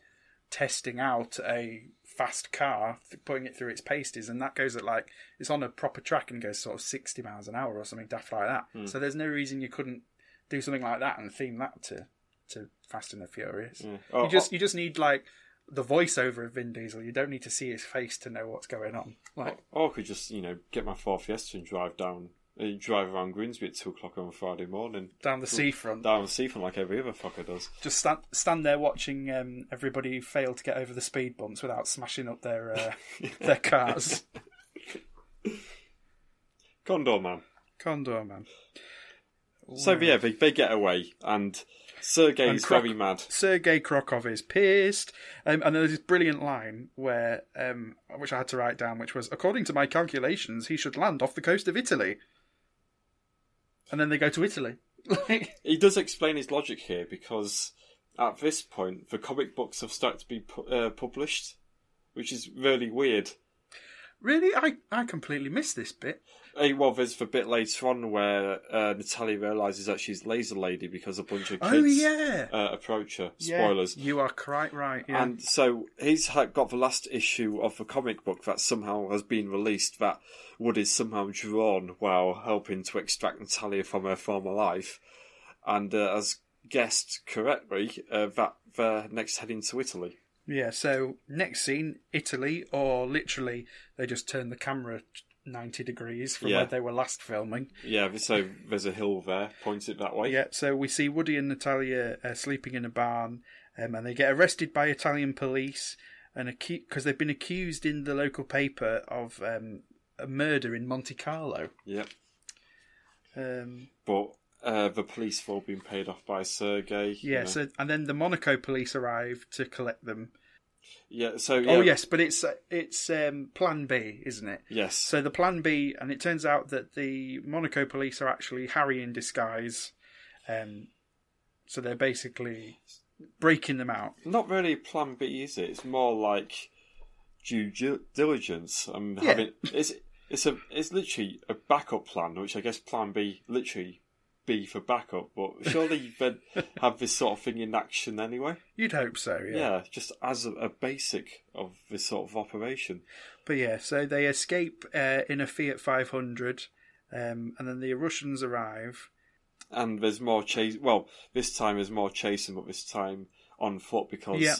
B: testing out a fast car, th- putting it through its paces, and that goes at like, it's on a proper track and goes sort of 60 miles an hour or something daft like that. So there's no reason you couldn't do something like that and theme that to, to Fast and the Furious.
C: Yeah. Oh,
B: You just you just need like the voiceover of Vin Diesel. You don't need to see his face to know what's going on. Like
C: Or I could just, you know, get my Ford Fiesta and drive down, uh, drive around Grimsby at 2 o'clock on a Friday morning.
B: down the seafront,
C: Down the seafront like every other fucker does.
B: just stand stand there watching um, everybody fail to get over the speed bumps without smashing up their uh, their cars.
C: Condor Man.
B: Condor man.
C: So, yeah, they, they get away, and Sergei
B: And
C: is
B: Croc-
C: very mad.
B: Sergei Krokov is pissed. Um, and there's this brilliant line where, um, which I had to write down, which was, according to my calculations, he should land off the coast of Italy. And then they go to Italy. Like,
C: He does explain his logic here because at this point, the comic books have started to be pu- uh, published, which is really weird.
B: really? I, I completely missed this bit.
C: Eh, Well, there's the bit later on where uh, Natalia realizes that she's Laser Lady because a bunch of kids
B: Oh, yeah.
C: uh, approach her. Spoilers.
B: Yeah, you are quite right. Yeah.
C: And so he's ha- got the last issue of the comic book that somehow has been released that Wood is somehow drawn while helping to extract Natalia from her former life. And uh, as guessed correctly, uh, that they're next heading to Italy.
B: yeah. So next scene, Italy, or literally they just turn the camera ninety degrees from
C: Yeah.
B: where they were last filming.
C: Yeah, so there's a hill there, point it that way.
B: Yeah. So we see Woody and Natalia uh, sleeping in a barn, um, and they get arrested by Italian police and because they've been accused in the local paper of um, a murder in Monte Carlo.
C: Yep.
B: Um,
C: But uh, the police have all been paid off by Sergei. you
B: yeah,
C: know.
B: so and then the Monaco police arrive to collect them.
C: yeah. So yeah,
B: Oh yes, but it's uh, it's um, Plan B, isn't it?
C: yes.
B: So the Plan B, and it turns out that the Monaco police are actually Harry in disguise. Um, so they're basically breaking them out.
C: not really Plan B, is it? It's more like due gil- diligence. I'm having it's it's a it's literally a backup plan, which I guess Plan B literally B for backup. But surely they'd have this sort of thing in action anyway.
B: You'd hope so,
C: Yeah, just as a, a basic of this sort of operation.
B: But yeah, so they escape uh, in a Fiat 500, um, and then the Russians arrive.
C: And there's more chase. Well, this time there's more chasing, but this time on foot because
B: Yeah.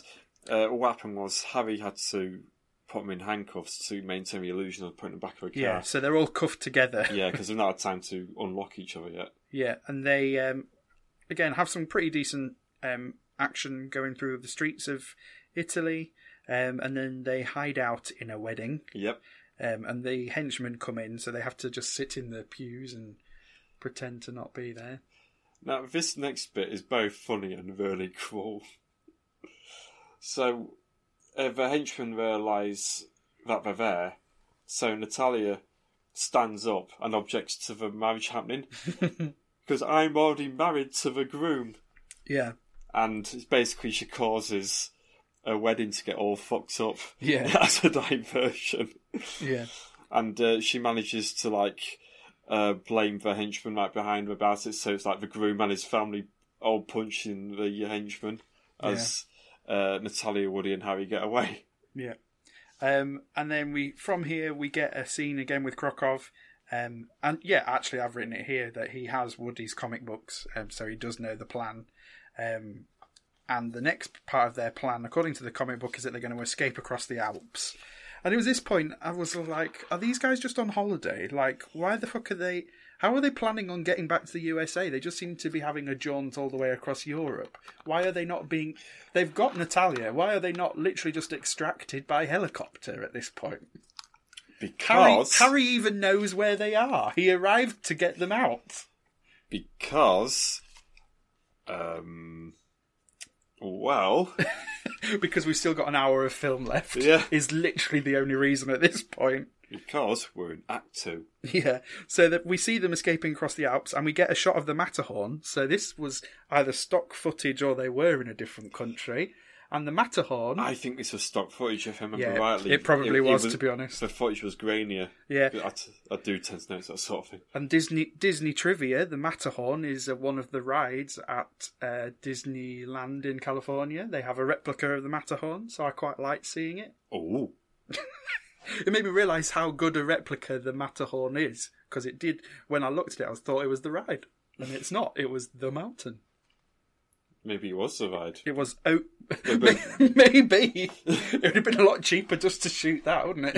C: uh, what happened was Harry had to put him in handcuffs to maintain the illusion of putting him back of a car.
B: Yeah, so they're all cuffed together.
C: Ah. yeah, because they've not had time to unlock each other yet.
B: Yeah, and they um, again have some pretty decent um, action going through the streets of Italy, um, and then they hide out in a wedding,
C: Yep.
B: um, and the henchmen come in, so they have to just sit in the pews and pretend to not be there.
C: Now this next bit is both funny and really cruel. So uh, the henchmen realise that they're there, so Natalia stands up and objects to the marriage happening because I'm already married to the groom,
B: Yeah,
C: and it's basically she causes a wedding to get all fucked up
B: yeah,
C: as a diversion.
B: yeah,
C: and uh, she manages to like uh, blame the henchman right behind her about it. So it's like the groom and his family all punching the henchman as uh, Natalia, Woody, and Harry get away.
B: yeah. Um, and then we from here we get a scene again with Krokov. Um, and yeah, actually, I've written it here that he has Woody's comic books, um, so he does know the plan. Um, and the next part of their plan, according to the comic book, is that they're going to escape across the Alps. And it was this point I was like, are these guys just on holiday? Like, why the fuck are they? How are they planning on getting back to the USA? They just seem to be having a jaunt all the way across Europe. Why are they not being? They've got Natalia. Why are they not literally just extracted by helicopter at this point? Harry,
C: Because
B: Harry even knows where they are. He arrived to get them out.
C: because um well
B: because we've still got an hour of film left.
C: Yeah.
B: Is literally the only reason at this point.
C: because we're in Act Two.
B: Yeah. So that we see them escaping across the Alps and we get a shot of the Matterhorn. So this was either stock footage or they were in a different country. And the Matterhorn
C: I think this was stock footage if I remember
B: Yeah,
C: rightly.
B: it probably was, to be honest.
C: The footage was grainier.
B: Yeah.
C: I, t- I do tend to notice that sort of thing.
B: and Disney Disney trivia, the Matterhorn is uh, one of the rides at uh, Disneyland in California. They have a replica of the Matterhorn, so I quite like seeing it.
C: Oh,
B: It made me realise how good a replica the Matterhorn is because it did. When I looked at it, I was- thought it was the ride, and it's not. It was the mountain.
C: maybe it was the ride.
B: It was oh,
C: but-
B: maybe it would have been a lot cheaper just to shoot that, wouldn't it?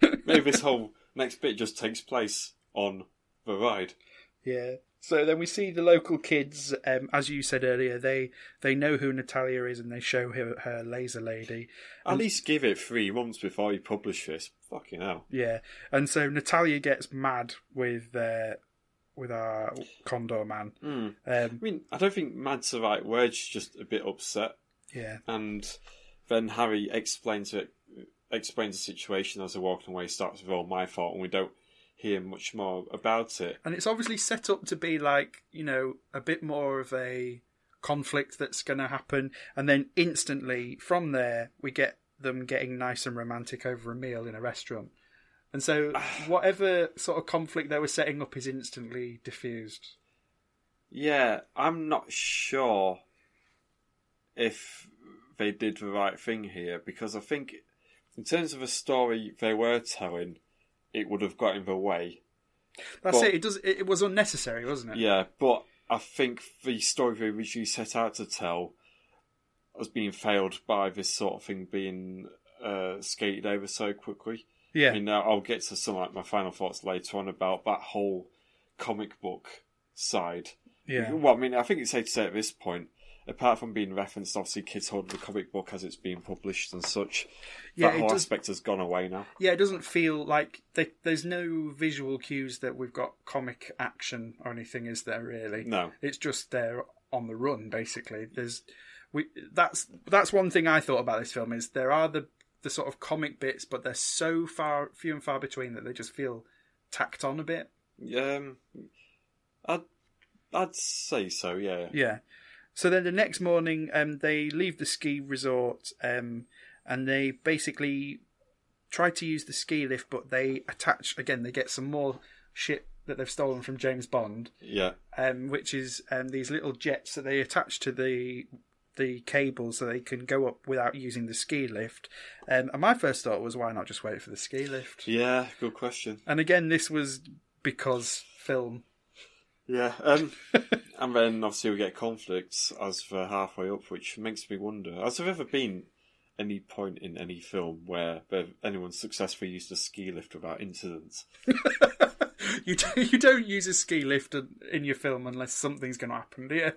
C: Yeah. Maybe this whole next bit just takes place on the ride.
B: Yeah. So then we see the local kids, um, as you said earlier, they they know who Natalia is and they show her, her laser lady.
C: At least give it three months before you publish this. Fucking hell.
B: Yeah, and so Natalia gets mad with uh, with our Condor man. Um,
C: I mean, I don't think mad's the right word. She's just a bit upset.
B: yeah,
C: And then Harry explains it, explains the situation as they're walking away. Starts with all my fault, and we don't hear much more about it.
B: and it's obviously set up to be like you know a bit more of a conflict that's going to happen and then instantly from there we get them getting nice and romantic over a meal in a restaurant and so whatever sort of conflict they were setting up is instantly diffused
C: Yeah, I'm not sure if they did the right thing here because I think, in terms of a story they were telling, it would have got in the way.
B: that's
C: But-
B: it it does it, it was unnecessary wasn't it
C: Yeah, but I think the story they originally set out to tell was being failed by this sort of thing being uh, skated over so quickly.
B: yeah
C: I mean, now I'll get to some like my final thoughts later on about that whole comic book side
B: yeah
C: well, I mean, I think it's safe to say at this point apart from being referenced, obviously, Kid Hood, the comic book as it's being published and such,
B: Yeah,
C: that
B: it
C: whole
B: does-
C: aspect has gone away now.
B: Yeah, it doesn't feel like they, there's no visual cues that we've got comic action or anything, is there really?
C: No.
B: It's just they're on the run basically. There's we that's that's one thing I thought about this film is there are the the sort of comic bits, but they're so far few and far between that they just feel tacked on a bit.
C: Um, I'd, I'd say so, yeah.
B: Yeah. So then the next morning, um, they leave the ski resort, um, and they basically try to use the ski lift, but they attach again. They get some more shit that they've stolen from James Bond,
C: Yeah.
B: um, which is um, these little jets that they attach to the the cable so they can go up without using the ski lift. Um, and my first thought was, why not just wait for the ski lift?
C: Yeah, good question.
B: And again, this was because film.
C: Yeah, um, and then obviously we get conflicts as we're halfway up, which makes me wonder: has there ever been any point in any film where they've- anyone successfully used a ski lift without incidents?
B: You do, you don't use a ski lift in- in your film unless something's going to happen, do you?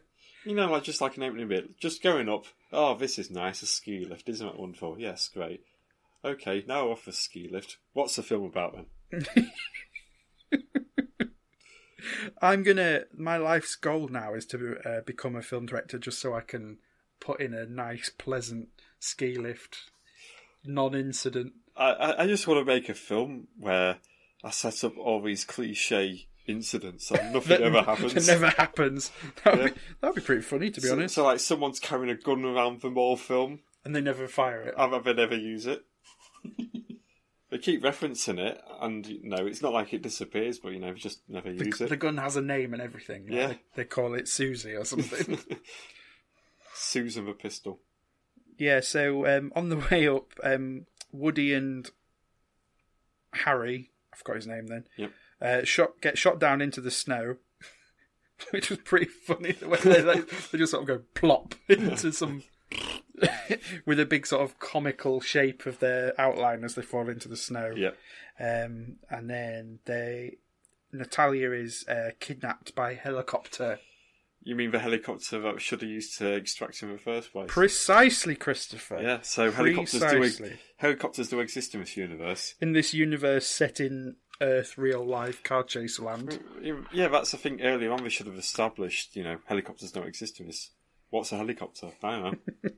C: You know, like just like an opening bit, just going up. Oh, this is nice, a ski lift, isn't it wonderful? Yes, great. Okay, now off a ski lift. What's the film about then?
B: I'm gonna. My life's goal now is to uh, become a film director, just so I can put in a nice, pleasant ski lift, non-incident.
C: I, I, I just want to make a film where I set up all these cliche incidents and nothing ever happens.
B: That never happens. That would
C: Yeah.
B: be, that'd be pretty funny, to be
C: So-
B: honest.
C: So, like, someone's carrying a gun around them all film,
B: And they never fire it.
C: and they never use it. they keep referencing it, and you know, it's not like it disappears, but you know, they just never use
B: The,
C: it.
B: the gun has a name and everything. like,
C: Yeah.
B: they, they call it Susie or something.
C: Susan the pistol.
B: yeah. So um, on the way up, um, Woody and Harry, I forgot his name then.
C: Yep.
B: uh, shot get shot down into the snow, which was pretty funny. The way they, they, they just sort of go plop into some with a big sort of comical shape of their outline as they fall into the snow.
C: Yeah.
B: Um, and then they Natalia is uh, kidnapped by helicopter.
C: You mean the helicopter that should have used to extract him in the first place?
B: Precisely, Christopher.
C: yeah, so helicopters do,
B: Precisely.
C: helicopters do exist in this universe.
B: In this universe set in Earth, real life car chase
C: Hmm.
B: land.
C: Yeah, that's the thing earlier on we should have established, you know, helicopters don't exist in this. What's a helicopter? I don't know.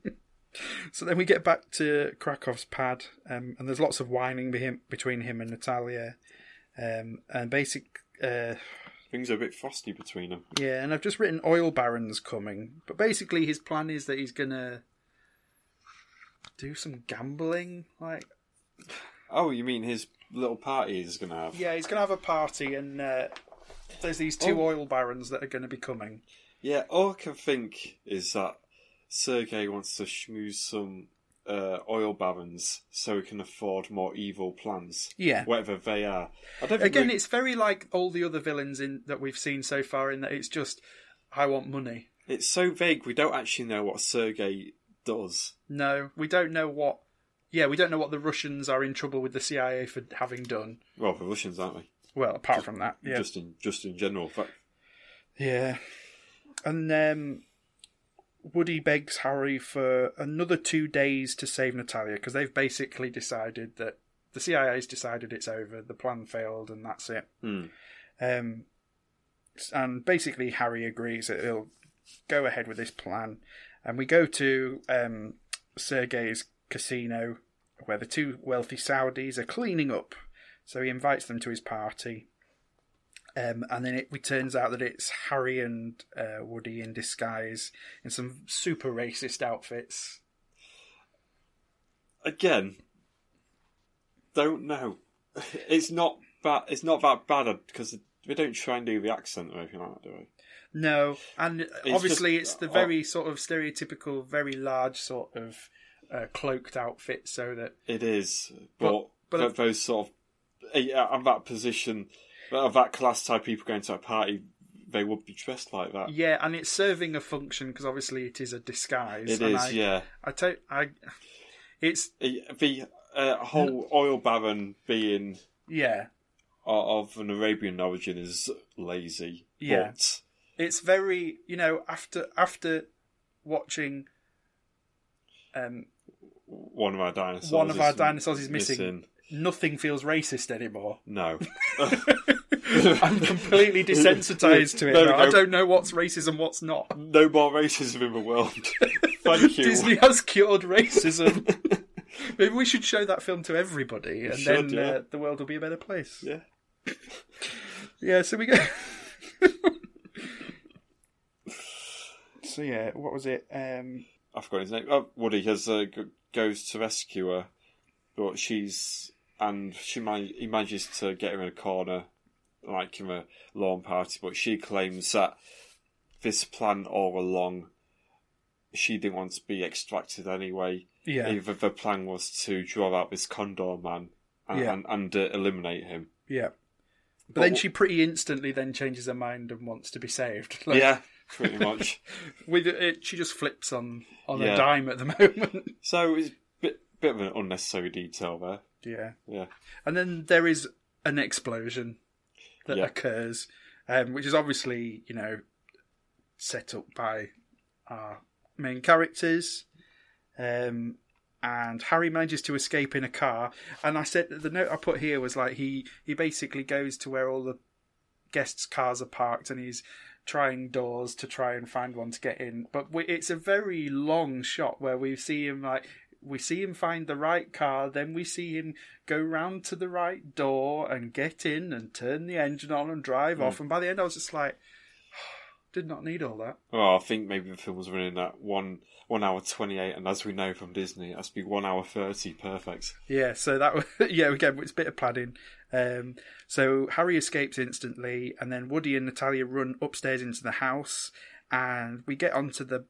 B: So then we get back to Krakow's pad, um, and there's lots of whining be him, between him and Natalia, um, and basic. Uh,
C: Things are a bit frosty between them.
B: yeah, and I've just written oil barons coming, but basically his plan is that he's gonna do some gambling. Like,
C: Oh, you mean his little party is going to have?
B: yeah, he's gonna have a party, and uh, there's these two
C: Oh.
B: oil barons that are gonna be coming.
C: Yeah, all I can think is that Sergey wants to schmooze some uh, oil barons so he can afford more evil plans,
B: Yeah.
C: whatever they are. I don't think
B: Again,
C: we-
B: it's very like all the other villains in that we've seen so far, in that it's just, I want money.
C: it's so vague. We don't actually know what Sergey does.
B: No, we don't know what. Yeah, we don't know what the Russians are in trouble with the CIA for having done.
C: Well, the Russians aren't they?
B: Well, apart from that, yeah,
C: Just in just in general. But
B: yeah. And um, Woody begs Harry for another two days to save Natalia because they've basically decided that the CIA's decided it's over, the plan failed, and that's it.
C: Hmm.
B: Um, and basically, Harry agrees that he'll go ahead with this plan. And we go to um, Sergei's casino where the two wealthy Saudis are cleaning up. So he invites them to his party. Um, and then it, it turns out that it's Harry and uh, Woody in disguise in some super racist outfits.
C: again, don't know. It's not that it's not that bad because we don't try and do the accent or anything like that, do we?
B: No, and obviously
C: just-
B: it's the very sort of stereotypical, very large sort of uh, cloaked outfit, so that
C: It is, but
B: But- but
C: th- those sort of eh, yeah, and that position, of that class type people going to a party, they would be dressed like that.
B: Yeah, and it's serving a function because obviously it is a disguise.
C: It
B: and
C: is,
B: I,
C: yeah.
B: I don't. I. It's
C: Eh, The uh, whole oil baron being
B: yeah.
C: o- of an Arabian origin is lazy.
B: Yeah.
C: but
B: It's very you know after after watching um,
C: One of our dinosaurs.
B: one of our
C: is
B: dinosaurs is missing, nothing feels racist anymore.
C: No.
B: I'm completely desensitized to it.
C: There we
B: Now. I
C: go.
B: don't know what's racism, what's not.
C: no more racism in the world. Thank you.
B: Disney has cured racism. Maybe we should show that film to everybody, and then
C: should, yeah.
B: uh, the world will be a better place.
C: Yeah.
B: Yeah, so we go. so yeah, what was it? Um,
C: I forgot his name. Oh, Woody has uh, g- goes to rescue her, but she's and she man- he manages to get her in a corner, like in a lawn party. But she claims that this plan all along, she didn't want to be extracted anyway.
B: yeah,
C: Either the plan was to draw out this condor man and
B: Yeah.
C: and, and uh, eliminate him.
B: yeah. But,
C: But
B: then
C: wh-
B: she pretty instantly then changes her mind and wants to be saved. Like,
C: yeah, pretty much.
B: with it, she just flips on on
C: Yeah.
B: a dime at the moment.
C: so it's a bit, bit of an unnecessary detail there.
B: yeah,
C: Yeah.
B: and then there is an explosion that
C: Yeah.
B: occurs, um, which is obviously you know set up by our main characters. Um, and Harry manages to escape in a car. And I said the note I put here was like he he basically goes to where all the guests' cars are parked, and he's trying doors to try and find one to get in. But we, it's a very long shot where we see him like we see him find the right car, then we see him go round to the right door and get in and turn the engine on and drive
C: Hmm.
B: off. And by the end, I was just like, did not need all that.
C: Well, I think maybe the film was running at one one hour twenty eight, and as we know from Disney, it has to be one hour thirty perfect.
B: Yeah, so that was, yeah again it's a bit of planning. Um, so Harry escapes instantly, and then Woody and Natalia run upstairs into the house, and we get onto the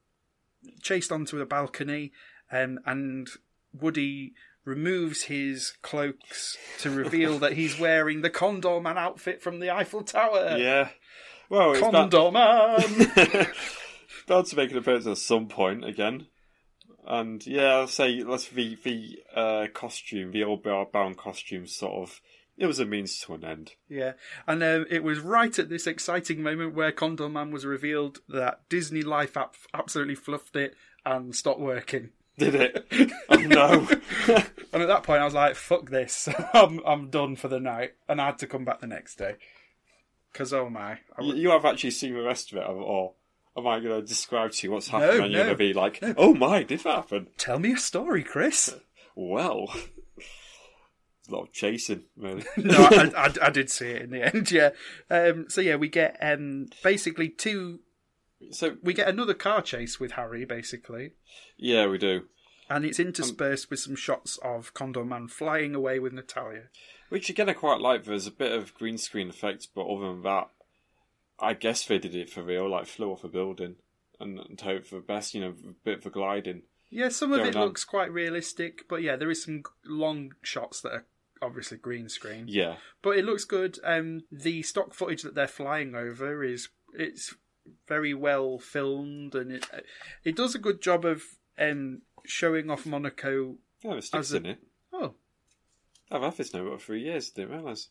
B: chased onto the balcony, um, and Woody removes his cloaks to reveal that he's wearing the Condor Man outfit from the Eiffel Tower.
C: yeah. Well, it's bound,
B: Condor Man.
C: bound to make an appearance at some point again. And yeah, I'll say that's the the uh, costume, the old Bar- Baron costume, sort of. It was a means to an end.
B: Yeah, and um, it was right at this exciting moment where Condor Man was revealed that Disney Life app absolutely fluffed it and stopped working.
C: Did it? oh no!
B: And at that point, I was like, "Fuck this! I'm I'm done for the night." And I had to come back the next day because oh my, I
C: you,
B: was,
C: you have actually seen the rest of it, or am I going to describe to you what's happened? and you're
B: no.
C: going to be like, "Oh my, did that happen?"
B: tell me a story, Chris.
C: Well, a lot of chasing, really.
B: no, I, I, I did see it in the end. Yeah. Um, so yeah, we get um, basically two.
C: so,
B: We get another car chase with Harry, basically,
C: yeah, we do.
B: and it's interspersed with some shots of Condor Man flying away with Natalia.
C: Which, again, I quite like. There's a bit of green screen effect, but other than that, I guess they did it for real, like flew off a building and, and hope for the best, you know, a bit for gliding.
B: Yeah, some of
C: going
B: it
C: on.
B: looks quite realistic, but yeah, there is some g- long shots that are obviously green screen.
C: Yeah.
B: But it looks good. Um, the stock footage that they're flying over is it's very well filmed, and it it does a good job of um, showing off Monaco.
C: Yeah, there's
B: As
C: sticks
B: a-
C: in it.
B: Oh,
C: I've had this now for three years, didn't realise.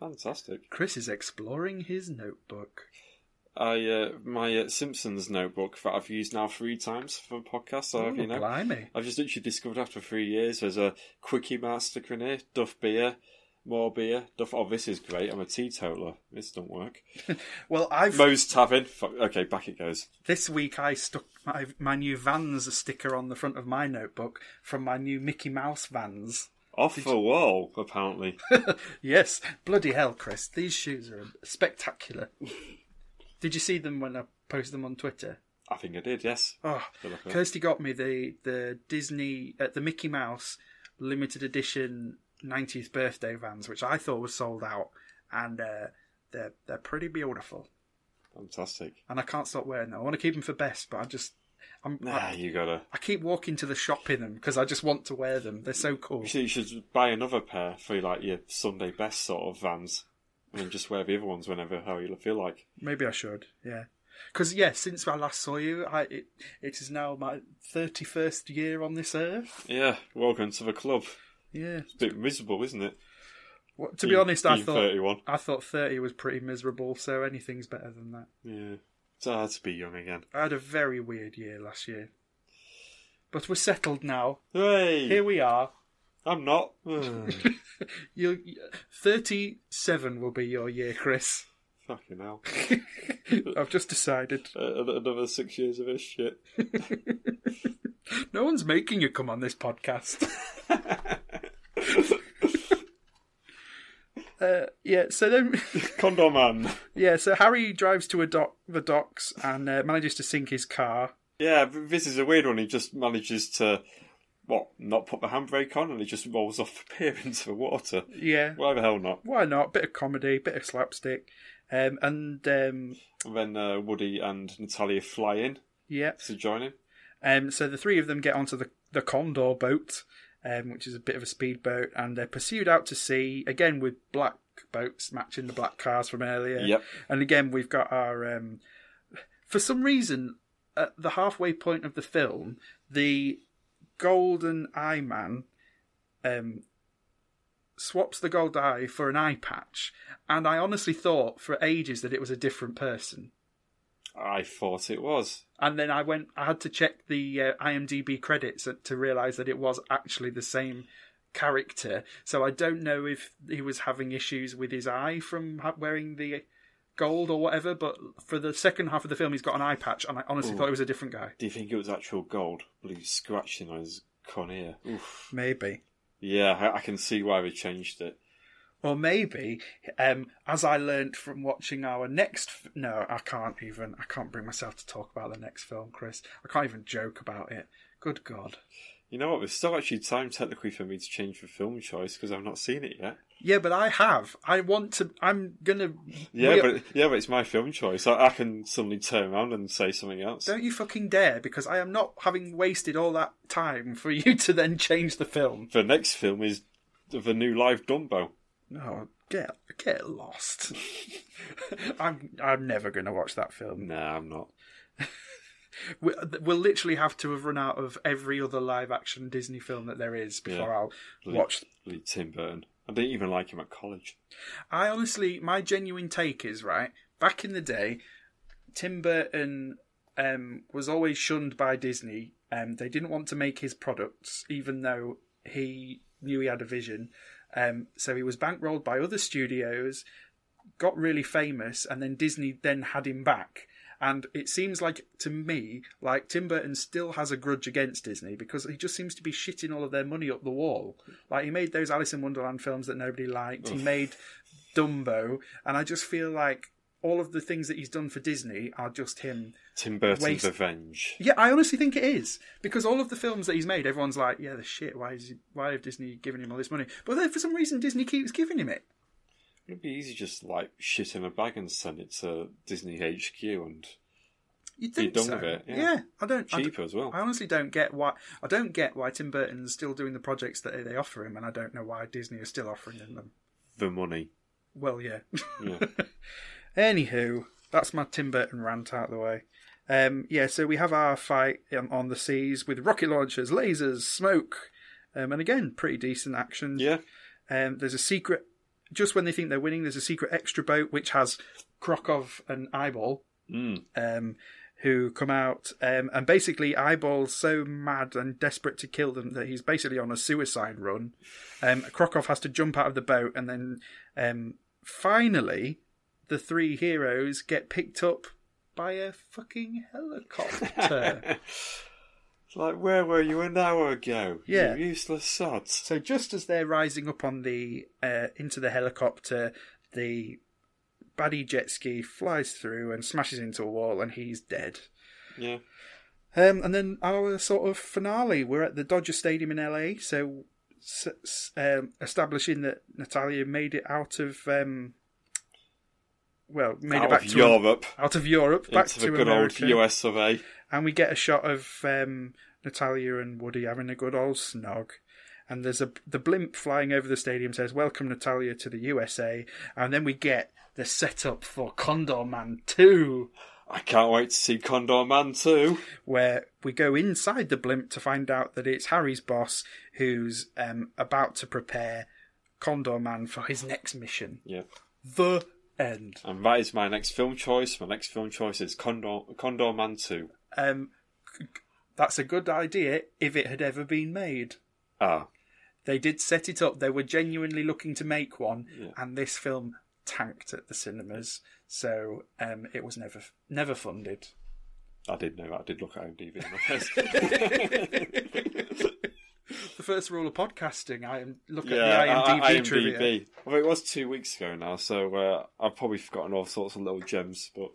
C: Fantastic.
B: Chris is exploring his notebook.
C: I uh, My uh, Simpsons notebook that I've used now three times for the podcast, so
B: Oh,
C: you know.
B: blimey!
C: I've just literally discovered after three years there's a quickie mart sticker in here, Duff beer, more beer, Duff. Oh, this is great. I'm a teetotaler. This don't work.
B: Well, I've
C: Moe's Tavern. Fuck, okay, back it goes.
B: this week I stuck my my new Vans sticker on the front of my notebook from my new Mickey Mouse Vans.
C: Off the wall, apparently.
B: Yes, bloody hell, Chris. These shoes are spectacular. Did you see them when I posted them on Twitter?
C: I think I did, yes.
B: Oh,
C: Good luck with it.
B: Kirsty got me the the Disney uh, the Mickey Mouse limited edition 90th birthday vans, which I thought was sold out, and uh, they're they're pretty beautiful.
C: Fantastic.
B: And I can't stop wearing them. I want to keep them for best, but I just I'm,
C: Nah,
B: I,
C: you gotta.
B: I keep walking to the shop in them because I just want to wear them. They're so cool.
C: You should, you should buy another pair for like your Sunday best sort of vans, and then just wear the other ones whenever how you feel like.
B: Maybe I should. Yeah. Because yeah, since I last saw you, I it, it is now my thirty-first year on this earth.
C: Yeah, welcome to the club.
B: Yeah.
C: It's a bit miserable, isn't it?
B: What, to be honest, I
C: Being
B: thought
C: 31.
B: I thought thirty was pretty miserable. So anything's better than that.
C: Yeah. It's hard to be young again.
B: I had a very weird year last year. But we're settled now.
C: Hey,
B: Here we are.
C: I'm not.
B: You, 37 will be your year, Chris.
C: Fucking hell.
B: I've just decided.
C: Uh, another six years of this shit.
B: No one's making you come on this podcast. uh, yeah, so then,
C: Condor man.
B: yeah, so Harry drives to a dock, the docks, and uh, manages to sink his car.
C: Yeah, th- this is a weird one. He just manages to, what, not put the handbrake on and he just rolls off the pier into the water.
B: Yeah,
C: Why the hell not?
B: why not? Bit of comedy, bit of slapstick, um, and um,
C: And then uh, Woody and Natalia fly in
B: yeah,
C: to join him.
B: Um, so the three of them get onto the, the Condor boat, um, which is a bit of a speedboat, and they're pursued out to sea again with black boats matching the black cars from earlier.
C: Yep.
B: And again, we've got our. Um, for some reason, at the halfway point of the film, the golden eye man um, swaps the gold eye for an eye patch, and I honestly thought for ages that it was a different person.
C: I thought it was.
B: And then I went. I had to check the uh, IMDb credits to realise that it was actually the same character. So I don't know if he was having issues with his eye from ha- wearing the gold or whatever. But for the second half of the film, he's got an eye patch, and I honestly thought it was a different guy.
C: Do you think it was actual gold? Well, he's scratching on his con ear. Oof.
B: Maybe,
C: Yeah, I, I can see why they changed it.
B: or maybe, um, as I learnt from watching our next. F- no, I can't even. I can't bring myself to talk about the next film, Chris. I can't even joke about it. Good God.
C: You know what? There's still actually time technically for me to change the film choice because I've not seen it yet.
B: Yeah, but I have. I want to. I'm gonna.
C: Yeah,
B: we-
C: but yeah, but it's my film choice. I, I can suddenly turn around and say something else.
B: don't you fucking dare! Because I am not having wasted all that time for you to then change the film.
C: The next film is the new live Dumbo.
B: No, get get lost. I'm I'm never gonna watch that film.
C: Nah, I'm not.
B: We, we'll literally have to have run out of every other live action Disney film that there is before
C: Yeah.
B: I'll watch.
C: Lee Tim Burton. I didn't even like him at college.
B: I honestly, my genuine take is right. Back in the day, Tim Burton um, was always shunned by Disney. Um, they didn't want to make his products, even though he knew he had a vision. Um, so he was bankrolled by other studios, got really famous, and then Disney then had him back. And it seems like to me, like Tim Burton still has a grudge against Disney because he just seems to be shitting all of their money up the wall. Like he made those Alice in Wonderland films that nobody liked. He made Dumbo, and I just feel like all of the things that he's done for Disney are just him.
C: Tim Burton's
B: Waste-
C: Revenge.
B: Yeah, I honestly think it is because all of the films that he's made, everyone's like, "Yeah, the shit. Why is he, why have Disney given him all this money?" But then for some reason, Disney keeps giving him it.
C: It'd be easy just like shit in a bag and send it to Disney HQ and
B: You'd think
C: done
B: so.
C: with it, yeah.
B: I don't. I,
C: cheaper as well.
B: I honestly don't get why. I don't get why Tim Burton's still doing the projects that they offer him, and I don't know why Disney is still offering him them.
C: The money.
B: Well, yeah.
C: Yeah.
B: Anywho, that's my Tim Burton rant out of the way. Um, yeah, so we have our fight um, on the seas with rocket launchers, lasers, smoke, um, and again, pretty decent action.
C: yeah.
B: Um, there's a secret, just when they think they're winning, there's a secret extra boat which has Krokov and Eyeball,
C: Mm.
B: um, who come out, um, and basically Eyeball's so mad and desperate to kill them that he's basically on a suicide run. Um, Krokov has to jump out of the boat, and then um, finally, the three heroes get picked up by a fucking helicopter.
C: It's like, where were you an hour ago?
B: Yeah.
C: You useless sods.
B: So just as they're rising up on the uh, into the helicopter, the baddie jet ski flies through and smashes into a wall, and he's dead.
C: Yeah.
B: Um, and then our sort of finale. We're at the Dodger Stadium in LA, so s- s- um, establishing that Natalia made it out of um, well, made
C: Out
B: it back
C: of
B: to
C: Europe
B: out of Europe, back to
C: into the good
B: America,
C: old US of A.
B: and we get a shot of um, Natalia and Woody having a good old snog. And there's a the blimp flying over the stadium says, "Welcome Natalia to the USA," and then we get the setup for Condor Man Two,
C: I can't wait to see Condor Man too.
B: where we go inside the blimp to find out that it's Harry's boss who's um, about to prepare Condor Man for his next mission.
C: Yeah.
B: The end.
C: And that is my next film choice. My next film choice is Condor, Condor Man 2.
B: Um, c- c- that's a good idea if it had ever been made.
C: Ah,
B: They did set it up. They were genuinely looking to make one, and this film tanked at the cinemas, so um, it was never never funded.
C: I did know that. I did look at IMDb.
B: The first rule of podcasting: I am look
C: yeah,
B: at the IMDb,
C: I- I-
B: trivia.
C: IMDb. Well, it was two weeks ago now, so uh, I've probably forgotten all sorts of little gems. But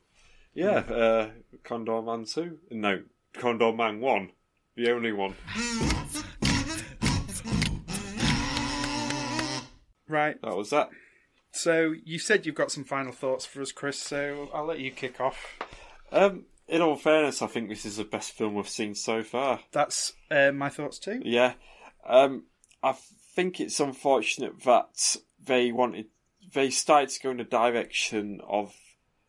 C: yeah,
B: Hmm.
C: uh, Condor Man 2. No, Condor Man 1. The only one.
B: Right.
C: That was that.
B: So you said you've got some final thoughts for us, Chris. So I'll let you kick off.
C: Um, in all fairness, I think this is the best film we've seen so far.
B: That's uh, my thoughts too.
C: Yeah, um, I think it's unfortunate that they wanted they started to go in the direction of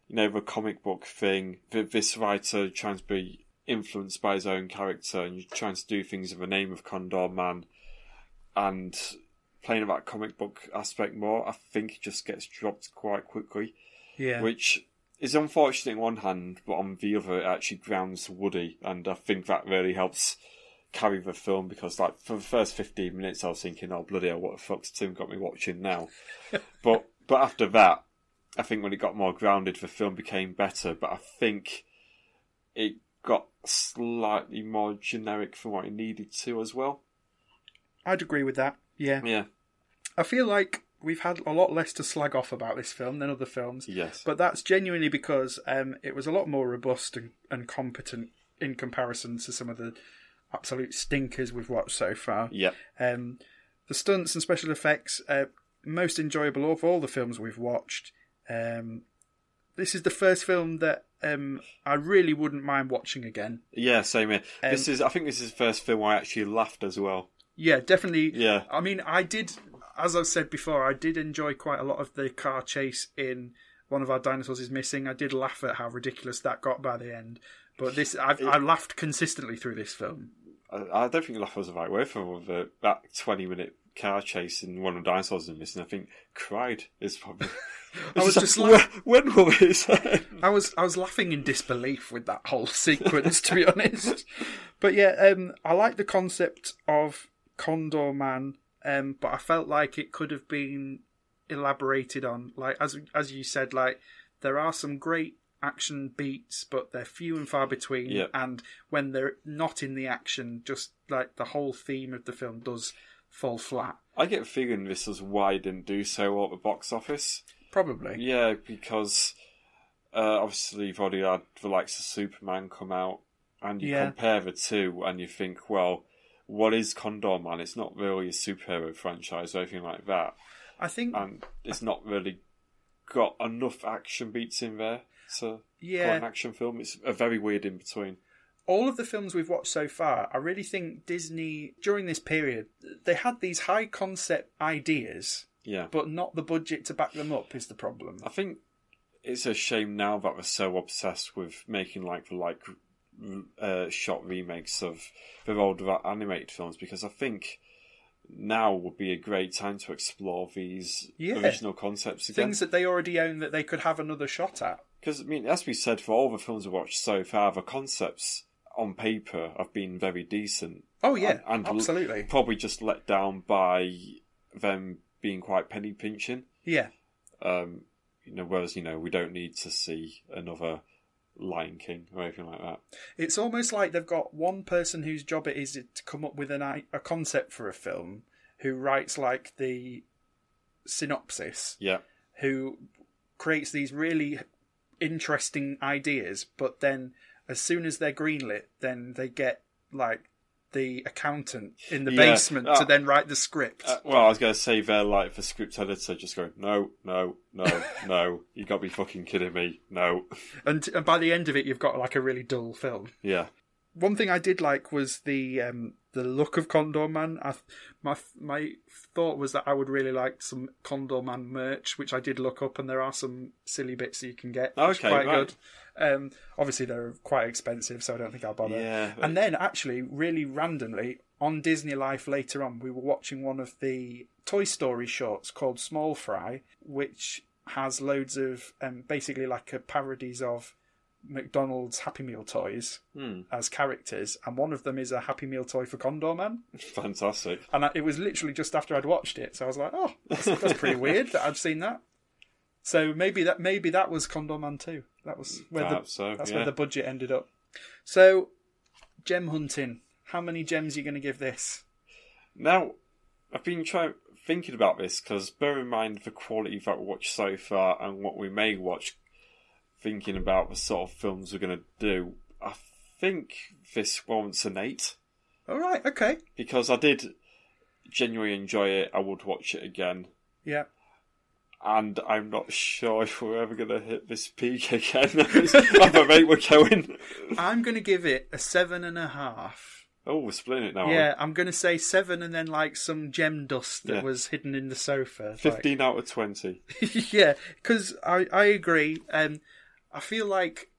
C: you know the comic book thing. th- This writer trying to be influenced by his own character and trying to do things in the name of Condor Man, and playing about comic book aspect more. I think it just gets dropped quite quickly
B: Yeah.
C: which is unfortunate on one hand, but on the other, it actually grounds Woody, and I think that really helps carry the film because, like, for the first fifteen minutes, I was thinking, "Oh bloody hell, what the fuck's Tim got me watching now?" but but after that, I think when it got more grounded, the film became better. But I think it got slightly more generic from what it needed to as well.
B: I'd agree with that. Yeah.
C: Yeah.
B: I feel like we've had a lot less to slag off about this film than other films.
C: Yes.
B: But that's genuinely because um, it was a lot more robust and, and competent in comparison to some of the absolute stinkers we've watched so far.
C: yeah.
B: Um, the stunts and special effects, uh, most enjoyable of all the films we've watched. Um, this is the first film that um, I really wouldn't mind watching again.
C: Yeah. Same here.
B: Um,
C: this is. I think this is the first film where I actually laughed as well.
B: Yeah, definitely.
C: Yeah.
B: I mean, I did, as I've said before, I did enjoy quite a lot of the car chase in One of Our Dinosaurs is Missing. I did laugh at how ridiculous that got by the end. But this, I've, I laughed consistently through this film.
C: I I don't think laugh was the right word for the, that 20 minute car chase in one of the dinosaurs and missing. I think cried is probably.
B: I was just
C: like,
B: like,
C: when, when will this end?
B: I was, I was laughing in disbelief with that whole sequence, to be honest. But yeah, um, I like the concept of Condor Man, um, but I felt like it could have been elaborated on. Like as as you said, like there are some great action beats, but they're few and far between.
C: Yeah.
B: And when they're not in the action, just like the whole theme of the film does fall flat.
C: I get a feeling this is why it didn't do so well at the box office.
B: Probably.
C: Yeah, because uh, obviously you've already had the likes of Superman come out, and you
B: Yeah.
C: compare the two, and you think, well, what is Condor Man? It's not really a superhero franchise or anything like that.
B: I think.
C: and it's not really got enough action beats in there to call it an
B: yeah.
C: action film. It's a very weird in between.
B: All of the films we've watched so far, I really think Disney during this period they had these high concept ideas.
C: Yeah,
B: but not the budget to back them up is the problem.
C: I think it's a shame now that we're so obsessed with making like the like uh, shot remakes of the older animated films because I think now would be a great time to explore these
B: Yeah.
C: original concepts again.
B: Things that they already own that they could have another shot at.
C: Because I mean, as we said, for all the films we watched so far, the concepts on paper have been very decent.
B: Oh yeah,
C: And- and-
B: absolutely.
C: probably just let down by them being quite penny pinching.
B: Yeah,
C: Um, you know, whereas you know we don't need to see another Lion King or anything like that.
B: it's almost like they've got one person whose job it is to come up with an i- a concept for a film, who writes like the synopsis,
C: Yeah,
B: who creates these really interesting ideas, but then as soon as they're greenlit, then they get like the accountant in the
C: Yeah.
B: basement
C: Uh,
B: to then write the script.
C: Uh, well, I was going to say they're like the script editor just going, no, no, no, no, you got to be fucking kidding me, no.
B: and, and by the end of it, you've got like a really dull film.
C: Yeah,
B: one thing I did like was the um, the look of Condor Man. I, my my thought was that I would really like some Condor Man merch, which I did look up, and there are some silly bits that you can get. which
C: Okay,
B: are quite
C: right.
B: good. Um, obviously, they're quite expensive, so I don't think I'll bother.
C: Yeah.
B: And then, actually, really randomly on Disney Life later on, we were watching one of the Toy Story shorts called Small Fry, which has loads of um, basically like a parodies of McDonald's Happy Meal toys
C: Hmm.
B: as characters, and one of them is a Happy Meal toy for Condor Man.
C: Fantastic.
B: And I, it was literally just after I'd watched it, so I was like, "Oh, that's, that's pretty weird that I've seen that." So maybe that maybe that was Condor Man too. That was where the,
C: Perhaps so,
B: that's
C: yeah.
B: where the budget ended up. So, gem hunting. How many gems are you going to give this?
C: Now, I've been trying thinking about this because bear in mind the quality that we watched so far and what we may watch. Thinking about the sort of films we're going to do, I think this warrants an eight
B: All right, okay,
C: because I did genuinely enjoy it. I would watch it again,
B: yeah.
C: and I'm not sure if we're ever going to hit this peak again. At the rate we're going,
B: I'm going to give it a seven and a half.
C: oh, we're splitting it now. aren't we?
B: Yeah, I'm going to say seven, and then like some gem dust that
C: Yeah.
B: was hidden in the sofa. like-
C: fifteen out of twenty.
B: yeah, because I, I agree. Um, I feel like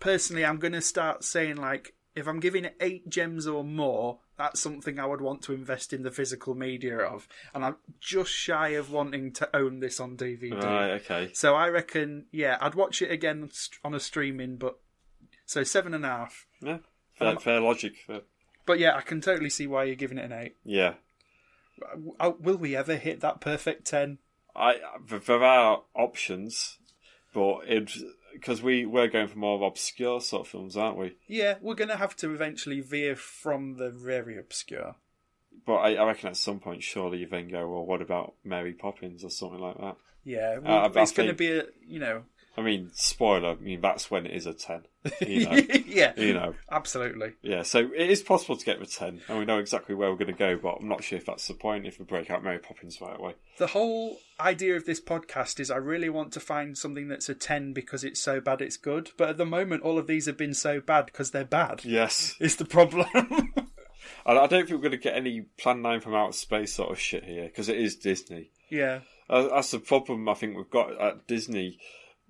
B: personally, I'm going to start saying like if I'm giving it eight gems or more, that's something I would want to invest in the physical media of, and I'm just shy of wanting to own this on DVD.
C: Right, okay.
B: So I reckon, yeah, I'd watch it again st- on a streaming, but so seven and a half.
C: Yeah, fair, fair logic. Fair.
B: But yeah, I can totally see why you're giving it an eight.
C: Yeah.
B: W- uh, Will we ever hit that perfect ten?
C: I th- there are options, but it because we we're going for more obscure sort of films, aren't we?
B: Yeah, we're gonna have to eventually veer from the very obscure.
C: But I, I reckon at some point, surely you then go, well, what about Mary Poppins or something like that?
B: Yeah,
C: Uh,
B: well,
C: I
B: it's going to
C: think-
B: be a you know,
C: I mean, spoiler. I mean, that's when it is a ten. You know,
B: yeah,
C: you know,
B: absolutely.
C: yeah. So it is possible to get the ten, and we know exactly where we're going to go. But I'm not sure if that's the point if we break out Mary Poppins right away.
B: The whole idea of this podcast is I really want to find something that's a ten because it's so bad it's good. But at the moment, all of these have been so bad because they're bad.
C: Yes,
B: Is the problem?
C: and I don't think we're going to get any Plan Nine from Outer Space sort of shit here because it is Disney.
B: yeah,
C: Uh, That's the problem I think we've got at Disney.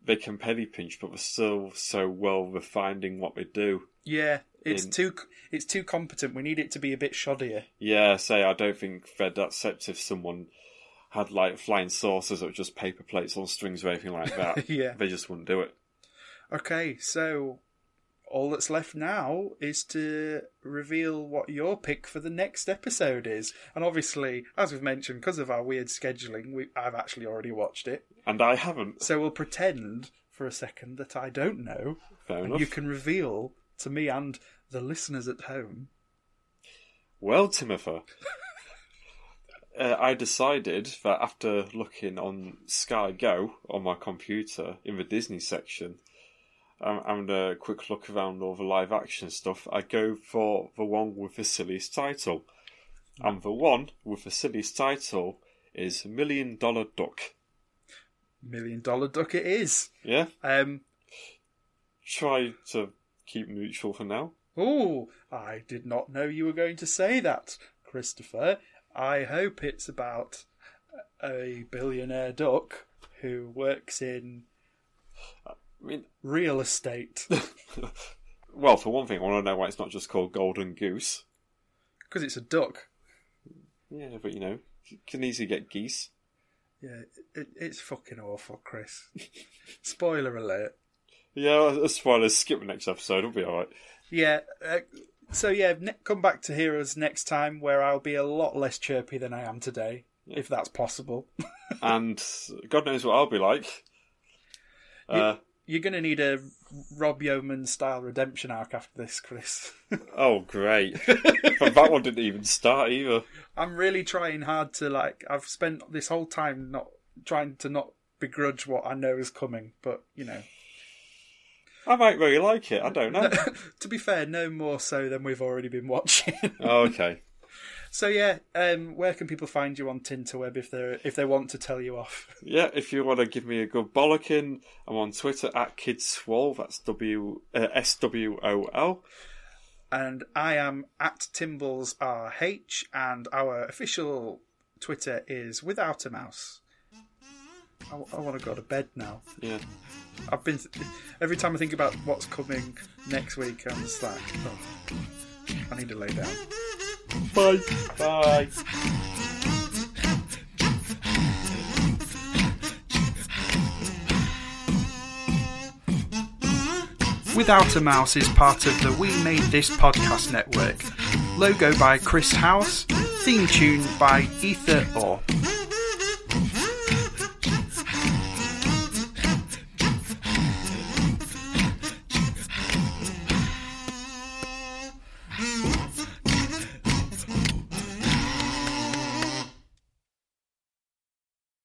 C: They can penny pinch, but they're still so well refined in what they do.
B: yeah. It's
C: In-
B: too it's too competent. We need it to be a bit shoddier.
C: Yeah, say I don't think they'd accept if someone had like flying saucers or just paper plates on strings or anything like that.
B: Yeah.
C: they just wouldn't do it.
B: Okay, so all that's left now is to reveal what your pick for the next episode is. And obviously, as we've mentioned, because of our weird scheduling, we, I've actually already watched it.
C: And I haven't.
B: So we'll pretend for a second that I don't know.
C: Fair
B: And
C: enough.
B: you can reveal to me and the listeners at home.
C: Well, Timothy, uh, I decided that after looking on Sky Go on my computer in the Disney section um, and a quick look around all the live action stuff, I go for the one with the silliest title. And the one with the silliest title is Million Dollar Duck.
B: Million Dollar Duck it is.
C: Yeah?
B: Um,
C: Try to keep neutral for now.
B: Oh, I did not know you were going to say that, Christopher. I hope it's about a billionaire duck who works in
C: I mean,
B: real estate
C: well, for one thing, I want to know why it's not just called Golden Goose.
B: because it's a duck.
C: Yeah, but you know, you can easily get geese.
B: Yeah, it, it's fucking awful, Chris. Spoiler alert.
C: Yeah, that's fine. Let's skip the next episode. It'll be all right.
B: Yeah. Uh, so yeah, ne- come back to hear us next time, where I'll be a lot less chirpy than I am today, if that's possible.
C: And God knows what I'll be like. Uh,
B: You're going to need a Rob Yeoman style redemption arc after this, Chris.
C: Oh, great! but that one didn't even start either.
B: I'm really trying hard to like. I've spent this whole time not trying to not begrudge what I know is coming, but you know,
C: I might really like it. I don't know.
B: to be fair, no more so than we've already been watching.
C: oh, okay.
B: so yeah, um, where can people find you on Tinterweb if they are if they want to tell you off?
C: Yeah, if you want to give me a good bollocking, I'm on Twitter at kidswol. That's W uh, S W O L.
B: And I am at Timballs RH, and our official Twitter is without a mouse. I, want to go to bed now.
C: Yeah.
B: I've been every time I think about what's coming next week, I'm just like, oh, I need to lay down.
C: Bye. Bye.
A: Thank
B: Without a Mouse is part of the We Made This podcast network. Logo by Chris House, theme tune by Ether Orr.